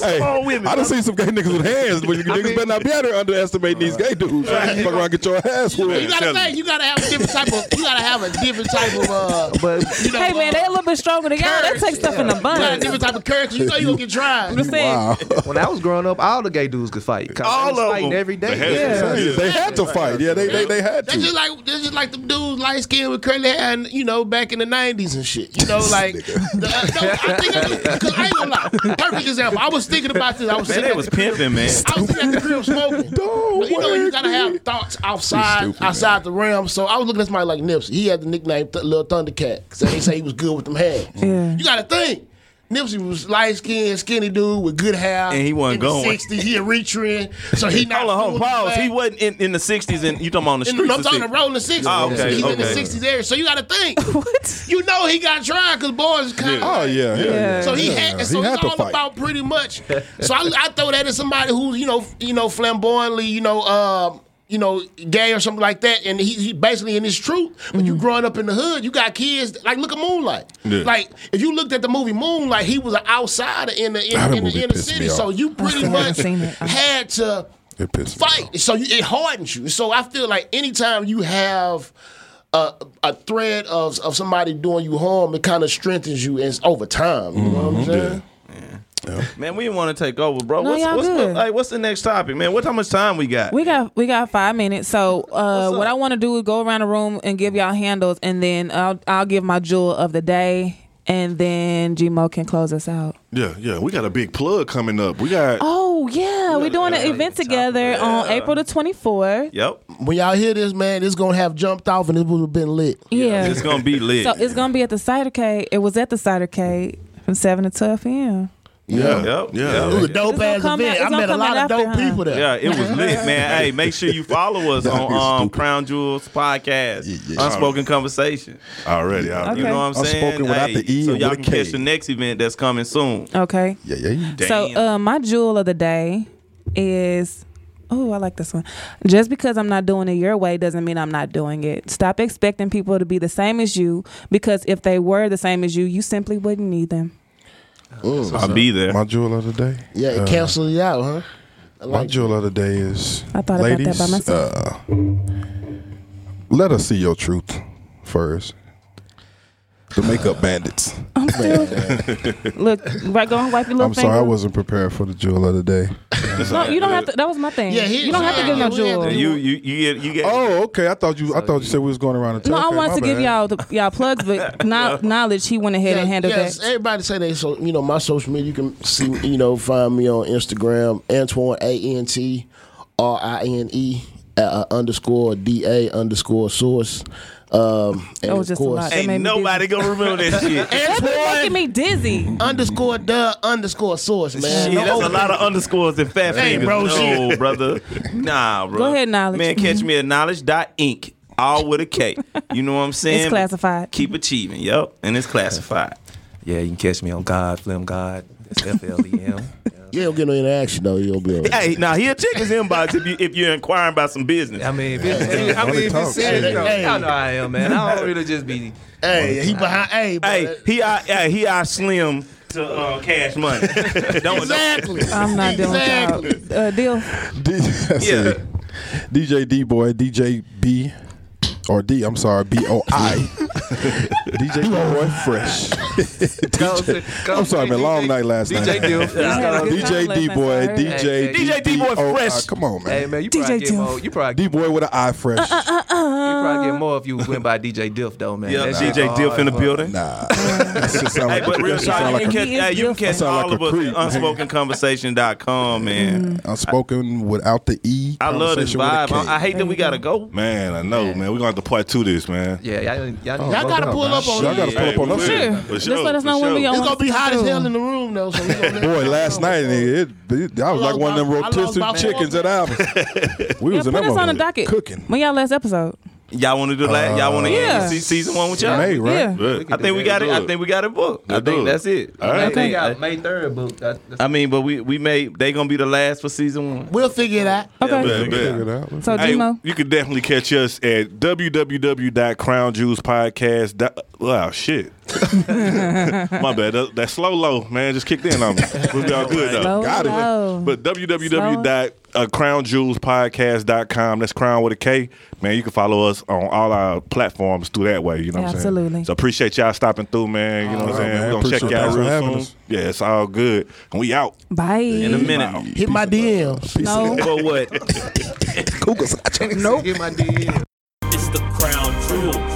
Speaker 6: Hey,
Speaker 3: Small women.
Speaker 6: I done seen some gay niggas with hands, but you niggas better not be out there underestimating these gay dudes. Fuck around, get your ass
Speaker 5: You
Speaker 6: whooped.
Speaker 5: gotta think. You gotta have a different type of. You gotta have a different type of. Uh,
Speaker 7: But
Speaker 5: you know,
Speaker 2: Hey man,
Speaker 5: uh,
Speaker 2: they a little bit stronger than y'all. They take stuff in the
Speaker 5: you got a
Speaker 2: bun.
Speaker 5: different type of courage. You know you gonna get
Speaker 2: I'm
Speaker 5: tried.
Speaker 2: just saying.
Speaker 6: Wow.
Speaker 7: when I was growing up, all the gay dudes could fight. 'cause
Speaker 3: All
Speaker 7: they was
Speaker 3: of
Speaker 7: fighting
Speaker 3: them.
Speaker 7: every
Speaker 1: They
Speaker 7: day.
Speaker 1: had to.
Speaker 6: Yeah, they had to fight. Yeah, they they, they had
Speaker 5: That's just
Speaker 6: to.
Speaker 5: like that's just like the dudes light skinned with curly hair, and, you know, back in the nineties and shit. You know, like the, uh, no, I think it was- cause I ain't gonna lie. Perfect example. I was thinking about this. I was
Speaker 3: Man,
Speaker 5: sitting
Speaker 3: they
Speaker 5: at
Speaker 3: was
Speaker 5: the crib-
Speaker 3: pimping, man.
Speaker 5: I was sitting at the crib smoking.
Speaker 6: Don't
Speaker 5: you know, you
Speaker 6: worry,
Speaker 5: gotta
Speaker 6: Cleve.
Speaker 5: have thoughts outside
Speaker 6: He's stupid,
Speaker 5: outside
Speaker 6: man.
Speaker 5: the realm. So I was looking at somebody like Nipsey. He had the nickname Th- Little Thundercat because they say he was good with them hands.
Speaker 2: Yeah.
Speaker 5: You gotta think. Nipsey was light skinned, skinny dude with good hair.
Speaker 3: And he wasn't
Speaker 5: in the
Speaker 3: going.
Speaker 5: 60s, he a retrend. So he not.
Speaker 3: Hold on, hold on,
Speaker 5: fooling
Speaker 3: pause.
Speaker 5: black.
Speaker 3: He wasn't in, in the '60s, and you talking about on the
Speaker 5: In the,
Speaker 3: streets?
Speaker 5: no, I'm
Speaker 3: of
Speaker 5: talking
Speaker 3: six.
Speaker 5: about rolling 60s.
Speaker 3: Oh, okay,
Speaker 5: He's in the
Speaker 3: okay.
Speaker 5: 60s area. So you got to think.
Speaker 2: What?
Speaker 5: You know he got tried because boys kind
Speaker 6: Oh yeah, yeah. yeah.
Speaker 5: So he
Speaker 6: yeah.
Speaker 5: had, so
Speaker 6: had
Speaker 5: it's all about pretty much. So I, I throw that at somebody who's you know you know flamboyantly you know um, you know, gay or something like that, and he, he basically in his truth. When
Speaker 6: Mm-hmm.
Speaker 5: you growing up in the hood, you got kids like look at Moonlight.
Speaker 1: Yeah.
Speaker 5: Like if you looked at the movie Moonlight, he was an outsider in the in,
Speaker 6: Ah, that
Speaker 5: in
Speaker 6: movie
Speaker 5: the inner
Speaker 6: pissed me
Speaker 5: city,
Speaker 6: off.
Speaker 5: so you pretty
Speaker 2: still haven't
Speaker 5: much
Speaker 2: seen it.
Speaker 5: had to
Speaker 6: It pissed me
Speaker 5: fight. So you, it hardens you. So I feel like anytime you have a, a thread of, of somebody doing you harm, it kind of strengthens you and it's over time. You know what I'm saying?
Speaker 3: Man, we didn't want to take over, bro.
Speaker 2: No,
Speaker 3: what's,
Speaker 2: y'all
Speaker 3: what's The,
Speaker 2: good.
Speaker 3: like, what's the next topic, man? What how much time we got?
Speaker 2: We got we got five minutes. So uh, what I want to do is go around the room and give y'all handles, and then I'll I'll give my jewel of the day, and then Gmo can close us out.
Speaker 1: Yeah, yeah. We got a big plug coming up. We got
Speaker 2: Oh yeah, we're doing an event together on April the twenty fourth.
Speaker 3: yep.
Speaker 5: When y'all hear this, man, it's gonna have jumped off and it would have been lit.
Speaker 2: Yeah.
Speaker 3: It's gonna be lit.
Speaker 2: So it's gonna be at the Cider Cave. It was at the Cider Cave from seven to twelve p.m.
Speaker 1: yeah,
Speaker 3: Yep,
Speaker 1: yeah.
Speaker 5: It was a dope
Speaker 2: It's gonna
Speaker 5: ass
Speaker 2: come out-
Speaker 5: event.
Speaker 2: it's
Speaker 5: I met
Speaker 2: gonna
Speaker 5: a
Speaker 2: come
Speaker 5: lot
Speaker 2: out
Speaker 5: of dope
Speaker 2: after, huh?
Speaker 5: people there.
Speaker 3: Yeah, it was lit, man. Hey, make sure you follow us on um, Crown Jewels Podcast, Unspoken Conversation.
Speaker 1: Already, already.
Speaker 2: Okay.
Speaker 3: You know what I'm saying?
Speaker 6: Unspoken without
Speaker 3: Hey,
Speaker 6: the E
Speaker 3: so
Speaker 6: and
Speaker 3: y'all
Speaker 6: with a
Speaker 3: can catch
Speaker 6: K.
Speaker 3: the next event that's coming soon.
Speaker 2: Okay.
Speaker 6: Yeah, yeah, yeah.
Speaker 2: So
Speaker 3: Damn.
Speaker 2: uh, my jewel of the day is oh I like this one. Just because I'm not doing it your way doesn't mean I'm not doing it. Stop expecting people to be the same as you because if they were the same as you, you simply wouldn't need them.
Speaker 3: I'll be there.
Speaker 6: My jewel of the day.
Speaker 5: Yeah, it canceled it out, huh?
Speaker 6: My jewel of the day is
Speaker 2: I thought about that by
Speaker 6: ladies,
Speaker 2: myself.
Speaker 6: Uh, let us see your truth first. The makeup bandits.
Speaker 2: I'm still look right. Go and wipe your little
Speaker 6: I'm
Speaker 2: finger.
Speaker 6: sorry I wasn't prepared for the jewel of the day.
Speaker 2: No, you don't have to. That was my thing.
Speaker 5: Yeah, he-
Speaker 2: you don't have to give no
Speaker 5: we had to
Speaker 2: jewel.
Speaker 3: you you you get you get
Speaker 6: Oh, okay. I thought you I thought you said we was going around the table.
Speaker 2: no, I wanted to give y'all the, y'all plugs, but not knowledge. He went ahead and handled
Speaker 5: yes,
Speaker 2: that.
Speaker 5: everybody say they so you know my social media. You can see you know find me on Instagram Antoine A N T R I N E uh, underscore D A underscore source. Um, and
Speaker 2: was
Speaker 5: of
Speaker 2: just a
Speaker 5: course,
Speaker 2: lot. That made
Speaker 3: Ain't
Speaker 2: me
Speaker 3: nobody gonna remember that shit. Shit,
Speaker 2: That's making
Speaker 5: Antoine
Speaker 2: me dizzy.
Speaker 5: underscore the underscore source man. No oh,
Speaker 3: that's a
Speaker 5: open-
Speaker 3: lot of underscores and fat
Speaker 5: Hey,
Speaker 3: fingers.
Speaker 5: bro,
Speaker 3: no, brother. Nah, bro.
Speaker 2: Go ahead, Knowledge.
Speaker 3: Man, catch me at knowledge.inc, all with a K. You know what I'm saying?
Speaker 2: It's classified.
Speaker 3: Keep achieving, yep. And it's classified.
Speaker 7: Yeah, you can catch me on God, Flim God. That's F L E M.
Speaker 5: You don't get no interaction though. You'll be all right.
Speaker 3: Hey, now he'll check his inbox if you if you're inquiring about some business.
Speaker 7: I mean, if it's, I mean, if
Speaker 6: talk
Speaker 7: it's serious,
Speaker 5: shit.
Speaker 7: though,
Speaker 5: Hey.
Speaker 7: y'all know I am, man. I don't really just be.
Speaker 5: Hey, he behind. Hey, bro,
Speaker 3: Hey,
Speaker 5: that-
Speaker 3: he our hey, he our slim to uh, cash money. don't,
Speaker 5: exactly.
Speaker 2: I'm not doing
Speaker 5: exactly.
Speaker 2: that. Uh, deal.
Speaker 3: Yeah.
Speaker 6: DJ, DJ D boy, DJ B or D, I'm sorry, B O I. DJ D boy fresh.
Speaker 7: I'm
Speaker 6: I'm sorry, man. Long night last night.
Speaker 7: DJ Dill.
Speaker 2: Hey,
Speaker 6: DJ D boy, DJ
Speaker 3: DJ D-Boy
Speaker 6: D-O-I.
Speaker 3: fresh.
Speaker 6: Come on, man.
Speaker 7: Hey man, you probably
Speaker 2: DJ
Speaker 7: get
Speaker 2: Dill.
Speaker 7: more. You probably,
Speaker 6: D
Speaker 7: you
Speaker 6: boy with an eye
Speaker 5: Uh,
Speaker 6: fresh.
Speaker 7: probably get more if you went by DJ Diff though, man.
Speaker 3: yeah,
Speaker 7: That shit
Speaker 3: DJ
Speaker 7: hard,
Speaker 3: Diff in the
Speaker 7: hard.
Speaker 3: building.
Speaker 6: Nah, that shit sound
Speaker 3: Hey,
Speaker 6: like,
Speaker 3: but real
Speaker 6: that shit sound
Speaker 3: talk, you can
Speaker 6: like a
Speaker 3: catch, hey, you can catch
Speaker 6: sound like
Speaker 3: all
Speaker 6: a
Speaker 3: of us at
Speaker 6: creep.
Speaker 3: unspokenconversation.com, man.
Speaker 6: unspoken without the e.
Speaker 3: I love this
Speaker 6: conversation with a
Speaker 3: vibe.
Speaker 6: K.
Speaker 3: I, I hate that we gotta go.
Speaker 1: Man, I know, man. We're gonna have to part two this, man.
Speaker 7: Yeah, y'all, y'all,
Speaker 5: Y'all gotta pull up on
Speaker 6: Y'all
Speaker 5: these.
Speaker 6: gotta pull up on
Speaker 1: Hey, for
Speaker 2: Sure.
Speaker 6: us.
Speaker 1: For
Speaker 2: Just
Speaker 1: sure,
Speaker 2: let us
Speaker 1: for
Speaker 2: know when we
Speaker 1: sure.
Speaker 2: on.
Speaker 5: It's gonna be hot as hell in the room though. So we gonna
Speaker 6: Boy, last night nigga, it, it, I was
Speaker 5: I
Speaker 6: like one of them
Speaker 5: lost my- I lost
Speaker 6: rotisserie
Speaker 5: my
Speaker 6: chickens at Alvin's. we
Speaker 2: Yeah,
Speaker 6: was in
Speaker 2: put
Speaker 6: that
Speaker 2: us on the
Speaker 6: motherfucker
Speaker 2: docket.
Speaker 6: cooking.
Speaker 2: When y'all last episode?
Speaker 3: Y'all wanna do that? y'all wanna
Speaker 2: Yeah.
Speaker 6: Uh,
Speaker 3: end se- season one with y'all?
Speaker 6: May, right?
Speaker 2: Yeah.
Speaker 1: Look,
Speaker 3: I think we got it. I think we got it booked. I
Speaker 1: Good
Speaker 3: think
Speaker 1: dude.
Speaker 3: that's it.
Speaker 1: All right.
Speaker 3: I think-
Speaker 7: I got May third booked. That- that's-
Speaker 3: I mean, but we we may they gonna be the last for season one.
Speaker 5: We'll figure it out.
Speaker 2: Okay.
Speaker 1: Yeah, bet.
Speaker 6: Figure it out. Let's-
Speaker 2: So
Speaker 1: Hey,
Speaker 2: Gmo.
Speaker 1: you can definitely catch us at www.crownjewspodcast. dot- Wow, shit. My bad. That, that slow low, man, just kicked in on me. We'll be all good, though.
Speaker 2: Slow
Speaker 1: Got it.
Speaker 2: low.
Speaker 1: But uh, www.crownjewelspodcast.com. That's crown with a K. Man, you can follow us on all our platforms through that way. You know what I'm saying?
Speaker 2: Absolutely.
Speaker 1: So appreciate y'all stopping through, man. You know what I'm
Speaker 6: All right,
Speaker 1: saying?
Speaker 6: man.
Speaker 1: We're going to check
Speaker 6: Appreciate
Speaker 1: y'all
Speaker 6: y'all for having
Speaker 1: real soon.
Speaker 6: us.
Speaker 1: Yeah, it's all good. And we out.
Speaker 2: Bye.
Speaker 3: In a minute.
Speaker 5: Hit my DMs.
Speaker 2: No.
Speaker 3: For what?
Speaker 2: Nope.
Speaker 7: Get my deal.
Speaker 9: It's the crown jewel.